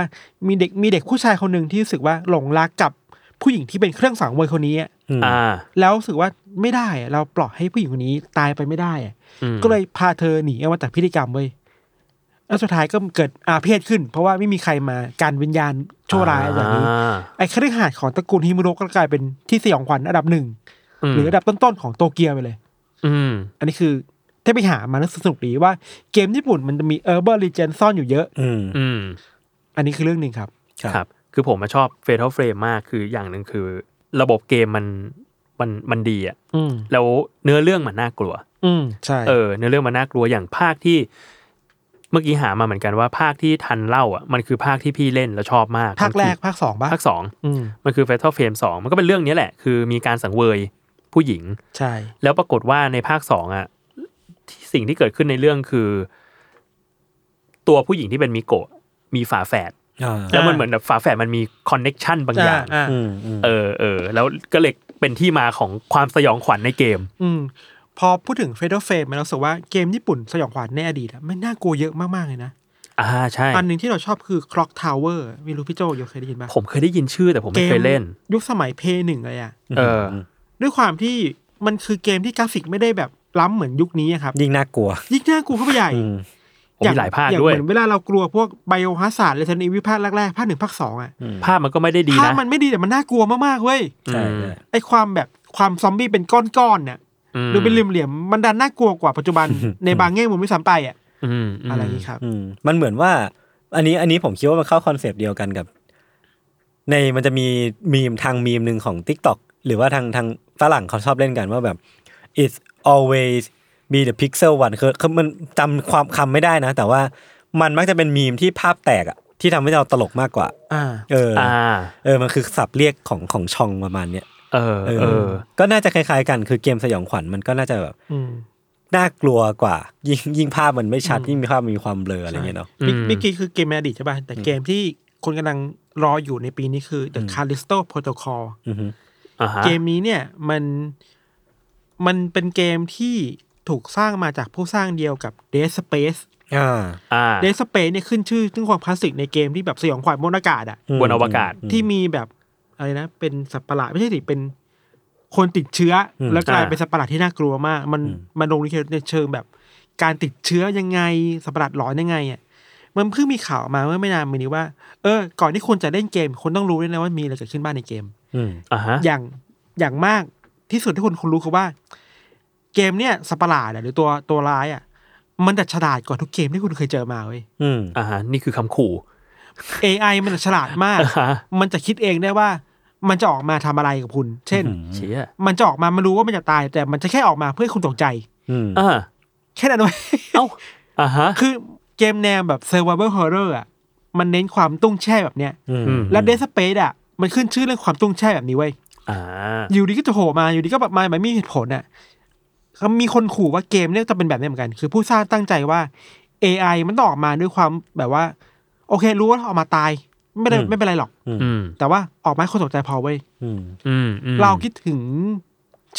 S3: มีเด็กมีเด็กผู้ชายคนหนึ่งที่รู้สึกว่าหลงรักกับผู้หญิงที่เป็นเครื่องสังเวยคนนี้อะ
S2: อืม
S1: อ่า
S3: แล้วรู้สึกว่าไม่ได้อะเราปล่อยให้ผู้หญิงคนนี้ตายไปไม่ได้อะ
S1: อืม
S3: ก็เลยพาเธอหนีออกมาจากพิธีกรรมเว้ย แล้วสุดท้ายก็เกิดอาเพศขึ้น เพราะว่าไม่มีใครมาการวิญญาณชั่วร้ายแบบนี้
S1: อ่า
S3: ไอ้คฤหาสน์ของตระกูลฮิมุโรก็กลายเป็นที่สยองขวัญอันดับหนึ่ง
S1: ม
S3: หรืออันดับต้นๆของโตเกียวไปเลย
S1: อืม
S3: อันนี้คือถ้าไปหามาแล้วสนุกดีว่าเกมญี่ปุ่นมันจะมีเออร์เบอร์ลีเจนซ่อนอยู่เยอะ
S2: อืม
S1: อืม
S3: อันนี้คือเรื่องหนึ่งครับ
S2: ครับ
S1: ครับ คือผมมาชอบ Fatal Frame มาก คืออย่างหนึ่งคือ ระบบเกมมัน มัน มันดีอะ
S3: อืม
S1: แล้วเนื้อเรื่องมันน่ากลัว
S3: อืม ใช่
S1: เออ เนื้อเรื่องมันน่ากลัว อย่างภาคที่ เมื่อกี้หามาเหมือนกันว่าภาคที่ทันเล่าอ่ะ มันคือภาคที่พี่เล่นแล้วชอบมาก
S3: ภาคแรก
S1: มันคือ
S3: ภาคสองปะ
S1: ภาคสอง
S3: อืม
S1: มันคือ Fatal Frame 2 มันก็เป็นเรื่องนี้แหละ คือมีการสังเวยผู้หญิง
S3: ใช่
S1: แล้วปรากฏว่าในภาคสองอ่ะที่สิ่งที่เกิดขึ้นในเรื่องคือ ตัวผู้หญิงที่เป็นมิโกะมีฝาแฝด
S2: อ่า
S1: แล้วมันเหมือนแบบฝาแฝดมันมีคอนเน็ชันบางอย่าง
S3: อ่า
S2: อืมอืม
S1: เออเออแล้วก็เลยเป็นที่มาของความสยองขวัญในเกม
S3: อืม พอพูดถึงเฟเดอร์เฟมมันเราสึกว่าเกมญี่ปุ่นสยองขวัญในอดีตอะมันน่ากลัวเยอะมากๆเลยนะ
S1: อ่าใช่
S3: อันหนึ่งที่เราชอบคือ Clock Tower ไม่รู้พี่โจยเคยได้ยินปะ
S1: ผมเคยได้ยินชื่อแต่ผมไม่เคยเล่น
S3: ยุคสมัยเพย์หนึ่งเลยอะ
S1: เออ
S3: ด้วยความที่มันคือเกมที่กราฟิกไม่ได้แบบล้ำเหมือนยุคนี้อะครับ
S2: ยิ่งน่ากลัว
S3: ยิ่งน่ากลัวเข้าไปใหญ่
S2: อืม
S1: ผมมีหลายภาค
S3: อ
S1: ด้วย
S3: เหมือนเวลาเรากลัวพวกไบโอฮาสาร์ดเลยทันอีวิภาคแรกๆ ภาคหนึ่งภาคสองอะ
S1: ภาพมันก็ไม่ได้ดี
S3: ภาพ
S1: นะ
S3: มันไม่ดีแต่มันน่ากลัวมากๆเว้ย
S2: ใช่ใช่
S3: ไอความแบบความซอมบี้เป็นก้อนๆเนี่ย
S1: อืม
S3: หรือเป็นเหลี่ยมๆมันดันน่ากลัวกว่าปัจ จุบันในบางแง่มุมไม่ซ้ำไปอะ
S1: อืมม
S3: อะไรอย่างนี้ครับ
S2: อืมมันเหมือนว่า อันนี้อันนี้ผมคิดว่ามันเข้าคอนเซปต์เดียวกันกับ ในมันจะมีมีมทางมีมหนึ่งของ t ิ k t o k หรือว่าทางทางฝรั่งเขาชอบเล่นกันว่าแบบ it's always be the pixel one คือคือมันจำความคำไม่ได้นะ แต่ว่ามันมักจะเป็นมีมที่ภาพแตกอะที่ทำให้เราตลกมากกว่า
S3: อ่า
S2: เอออ
S1: อ่า
S2: เออ มันคือสับเรียกของของชองประมาณเนี้ย
S1: เออ
S2: เออ
S1: เออ
S2: ก็น่าจะคล้ายๆกันคือเกมสยองขวัญมันก็น่าจะแบบ
S3: อืม
S2: น่ากลัวกว่า ยิ่งยิ่งภาพมันไม่ชัด
S3: อืม
S2: ยิ่งภาพมีความเบลออะไรเงี้ยเนาะ
S1: อืม
S3: มิมิกกี้คือเกมในอดีตใช่ป่ะแต่เกมที่คนกำลังรออยู่ในปีนี้คือ The Callisto Protocol
S2: อือฮึ
S1: อ่าฮะ
S3: เกมนี้เนี่ยมันมันเป็นเกมที่ถูกสร้างมาจากผู้สร้างเดียวกับ Dead Space
S2: อ่า
S1: อ่า
S3: Dead Space เนี่ยขึ้นชื่อเรื่องความคลาสสิกในเกมที่แบบสยองขวัญบนอากาศอะ
S1: บนอวกาศ
S3: ที่มีแบบอะไรนะ เป็นสัตว์ประหลาดไม่ใช่สิเป็นคนติดเชื้ออแล้วกลาย
S1: อ่า
S3: เป็นสัตว์ประหลาดที่น่ากลัวมาก มันมันลงในเชิงแบบ การติดเชื้อยังไงสัตว์ประหลาดหลอนยังไงอ่ะมันเพิ่งมีข่าวมาเมื่อไม่นานมานี้ว่า เออ ก่อนที่คนจะเล่นเกม คนต้องรู้ด้วยนะว่ามีอะไรเกิดขึ้นบ้างในเกม
S2: อืม
S1: อ่าฮะ
S3: อย่างอย่างมากที่สุดที่คนคนรู้คือว่า เกมเนี่ยสัตว์ประหลาดอะหรือตัวตัวร้ายอ่ะ มันดัดฉลาดกว่าทุกเกมที่คุณเคยเจอมาเว้ย
S2: อืม
S1: อ่าฮะนี่คือคำขู่
S3: AI มันดัดฉลาดมาก
S1: อ่าฮะ
S3: มันจะคิดเองได้ว่า มันจะออกมาทำอะไรกับคุณ เช่น
S1: เชี่ย
S3: มันจะออกมามันรู้ว่ามันจะตาย แต่มันจะแค่ออกมาเพื่อให้คุณตกใจ
S2: อืม
S1: อ่า
S3: แค่นั้นเว้ย
S1: เอ้าอ่าฮะ
S3: คือเกมแนวแบบ survival horror อ่ะ มันเน้นความตุ้งแช่แบบเนี้ย
S2: อืม
S1: ม
S3: และ Dead Space อ่ะ มันขึ้นชื่อเรื่องความตุ้งแช่แบบนี้เว้ย
S1: อ่า
S3: อยู่ดีก็จะโผล่มา อยู่ดีก็แบบมาแบบไม่มีเหตุผลอ่ะก็มีคนขู่ว่าเกมเนี่ยจะเป็นแบบนี้เหมือนกัน คือผู้สร้างตั้งใจว่า AI มันต้องออกมาด้วยความแบบว่า โอเค รู้ว่าออกมาตาย ไม่ได้
S2: อืม
S3: ไม่เป็นไรหรอก
S1: อืม
S3: แต่ว่าออกมาให้คนตกใจพอเว้ย
S2: อืม
S1: อืมอืม
S3: เราคิดถึง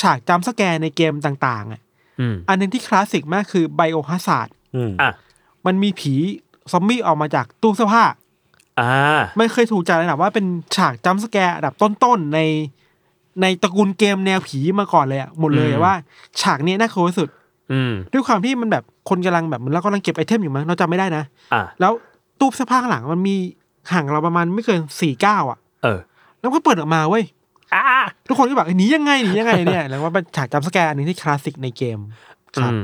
S3: ฉากจำสแกนในเกมต่างๆอ่ะ
S1: อืม
S3: อันหนึงที่คลาสสิกมากคือไบโอฮา a r d
S2: อืม
S1: อ่ะ
S3: มันมีผีซอมบี้ออกมาจากตู้เสื้อผ้า
S1: อ่า
S3: มันเคยถูกจัดระดับว่าเป็นฉากจัมป์สแกร์ระดับต้นๆใน ในตระกูลเกมแนวผีมาก่อนเลยอะหมดเลยอะว่า ฉากเนี้ยน่ากลัวที่สุด
S1: อืม
S3: ด้วยความที่มันแบบคนกำลังแบบเหมือนเรากำลังเก็บไอเทมอยู่มั้งเราจำไม่ได้นะ
S1: อ่ะ
S3: แล้วตู้เสื้อผ้าข้างหลังมันมีห่างเราประมาณไม่เกินสี่เก้าวอะ
S1: เออ
S3: แล้วก็เปิดออกมาเว้ย
S1: อ่า
S3: ทุกคนก็แบบหนียังไงหนียังไงเนี่ยแล้วว่าเป็นฉากจัมป์สแกร์อันหนึงที่คลาสสิกในเกมค
S1: อื
S3: รับ
S1: ม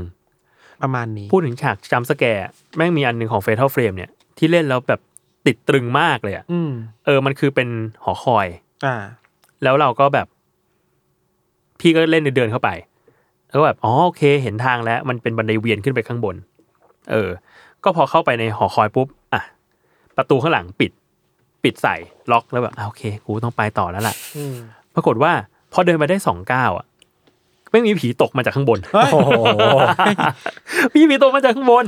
S3: ประมาณนี้
S1: พูดถึงฉากจำสแกร์แม่งมีอันหนึ่งของ Fatal Frame เนี่ย ที่เล่นแล้วแบบติดตรึงมากเลยอะ
S3: อืม
S1: เออมันคือเป็นหอคอย
S3: อ่า
S1: แล้วเราก็แบบ พี่ก็เล่นเดินเข้าไป แล้วก็แบบอ๋อโอเค เห็นทางแล้ว มันเป็นบันไดเวียนขึ้นไปข้างบน เออ ก็พอเข้าไปในหอคอยปุ๊บอ่ะประตูข้างหลังปิด ปิดใส่ล็อกแล้วแบบอ่ะโอเค กูต้องไปต่อแล้วล่ะ
S3: อืม
S1: ปรากฏว่า พอเดินไปได้สองก้าวอ่ะไม่งมีผีตกมาจากข้างบน
S2: โอ้โห
S1: พี่มีตัวมาจากข้างบน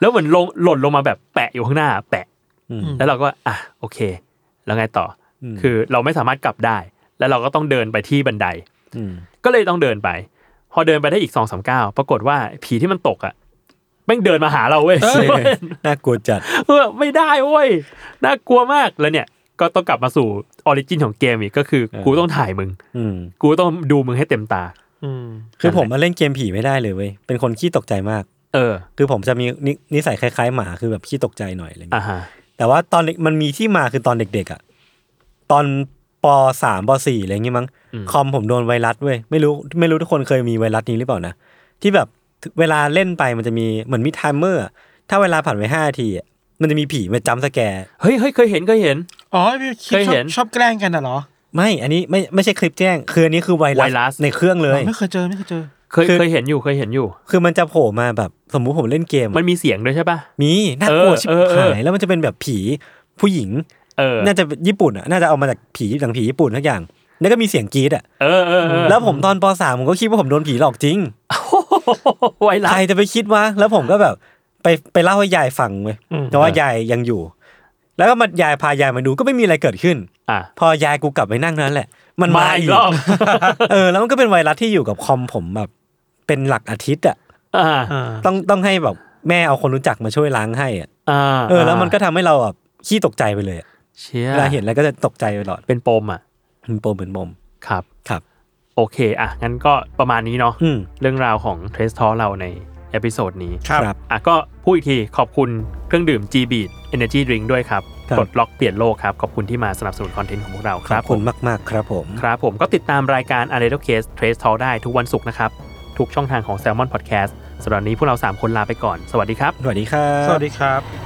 S1: แล้วเหมือนลงหล่นลงมาแบบแปะอยู่ข้างหน้า แปะ
S2: อืม
S1: แล้วเราก็อ่ะโอเค แล้วไงต่ออ
S2: ม
S1: คือเราไม่สามารถกลับได้ แล้วเราก็ต้องเดินไปที่บันได
S2: อืม
S1: ก็เลยต้องเดินไป พอเดินไปได้อีกสองสามก้าวปรากฏว่าผีที่มันตกอ่ะแม่งเดินมาหาเราเว้ย
S2: น่ากลัวจัด
S1: เออไม่ได้เว้ยน่ากลัวมากแล้วเนี่ย ก็ต้องกลับมาสู่ออริจินของเกมอีกก็คือ
S2: เออ
S1: กูต้องถ่ายมึง
S2: อืม
S1: กูต้องดูมึงให้เต็มตา
S3: อืม
S2: คือผมมาเล่นเกมผีไม่ได้เลยเว้ย เป็นคนขี้ตกใจมาก
S1: เออ
S2: คือผมจะมีนินิสัยคล้ายๆหมาคือแบบขี้ตกใจหน่อยอะไร
S1: อ่ะ
S2: เงี้ย
S1: ฮะ
S2: แต่ว่าตอนเด็กมันมีที่มาคือตอนเด็กๆอ่ะ ตอนปสามปสี่อะไรเงี้ยมั้ง คอมผมโดนไวรัสเว้ย ไม่รู้ไม่รู้ทุกคนเคยมีไวรัสนี้หรือเปล่านะ ที่แบบเวลาเล่นไปมันจะมีเหมือนมีไทม์เมอร์อะถ้าเวลาผ่านไปห้าทีอะมันจะมีผีมาจัมป์สแกร์
S1: เฮ้ยเฮ้ยเคยเห็นเคยเห็น
S3: อ๋อพี่คิด
S1: เคย
S3: ชอ
S1: เห็
S3: บ
S1: น
S3: ชอบแกล้งกันน่ะเหรอ
S2: ไม่ อันนี้ไม่ไม่ใช่คลิปแจ้ง คืออันนี้คือไว
S1: ไวรั
S2: รัส
S1: ส
S2: ในเครื่องเลย
S3: ไม่เคยเจอไม่เคยเจอ
S1: เคย
S2: คือ
S1: เคยเห็นอยู่เคยเห็นอยู่
S2: คือมันจะโผล่มาแบบสมมุติผมเล่นเกมอะ
S1: มันมีเสียงด้วยใช่ปะ
S2: มีน่ากลัว
S1: เออ
S2: ชิบ
S1: เออเอ
S2: หา
S1: อ
S2: ยแล้วมันจะเป็นแบบผีผู้หญิง
S1: เออ
S2: น่าจะญี่ปุ่นอ่ะน่าจะเอามาจากผีหนังผีญี่ปุ่นทุกอย่าง แล้วก็มีเสียงกรีดอ่ะ
S1: เออเออเออ
S2: แล้วผมตอนปสามผมก็คิดว่าผมโดนผีหลอกจริง
S1: ไวรัส
S2: ใครจะไปคิดวะแล้วผมก็แบบไปไปเล่าให้ยายฟังเว้ย
S3: อืม
S2: แต่ว่ายายยังอยู่ แล้วก็มายายพายายมาดูก็ไม่มีอะไรเกิดขึ้น
S1: อ่ะ
S2: พอยายกูกลับไปนั่งนั้นแหละ มัน
S1: มา
S2: มา
S1: อี
S2: อี
S1: ก
S2: ก
S1: รอบ
S2: เออแล้วมันก็เป็นไวรัสที่อยู่กับคอมผมแบบเป็นหลักอาทิตย์อ่ะ
S1: อ่า
S3: อ่า
S2: ต้องต้องให้แบบแม่เอาคนรู้จักมาช่วยล้างให้อ่ะ
S1: อ่า
S2: เออแล้วมันก็ทำให้เราแบบขี้ตกใจไปเลยอะ
S1: เชีย
S2: เวลาเห็นแล้วก็จะตกใจไปตลอด
S1: เป็นปมอ่ะ
S2: เป็นปมเป็นปม
S1: ครับ
S2: ครับ
S1: โอเค อ่ะ งั้นก็ประมาณนี้เนาะ
S2: อืม
S1: เรื่องราวของเทสทอเราในเอพิโซดนี้
S3: ครับ
S1: อ่ะ ก็พูดอีกทีขอบคุณเครื่องดื่ม G Beat Energy Drink ด้วยครับ
S2: ครับ
S1: ปลดล็อกเปลี่ยนโลกครับ ขอบคุณที่มาสนับสนุนคอนเทนต์ของพวกเรา
S2: ข
S1: ค
S2: อ
S1: รั
S2: บบ คุณ
S1: ผม
S2: มาก ๆ ครับผม
S1: ครับผมก็ติดตามรายการ a r e t o Case Trace Talk ได้ทุกวันศุกร์นะครับ ทุกช่องทางของ Salmon Podcast สำหรับวันนี้พวกเราสามคนลาไปก่อน สวัสดีครับ
S2: สวัสดีครับ
S3: สวัสดีครับ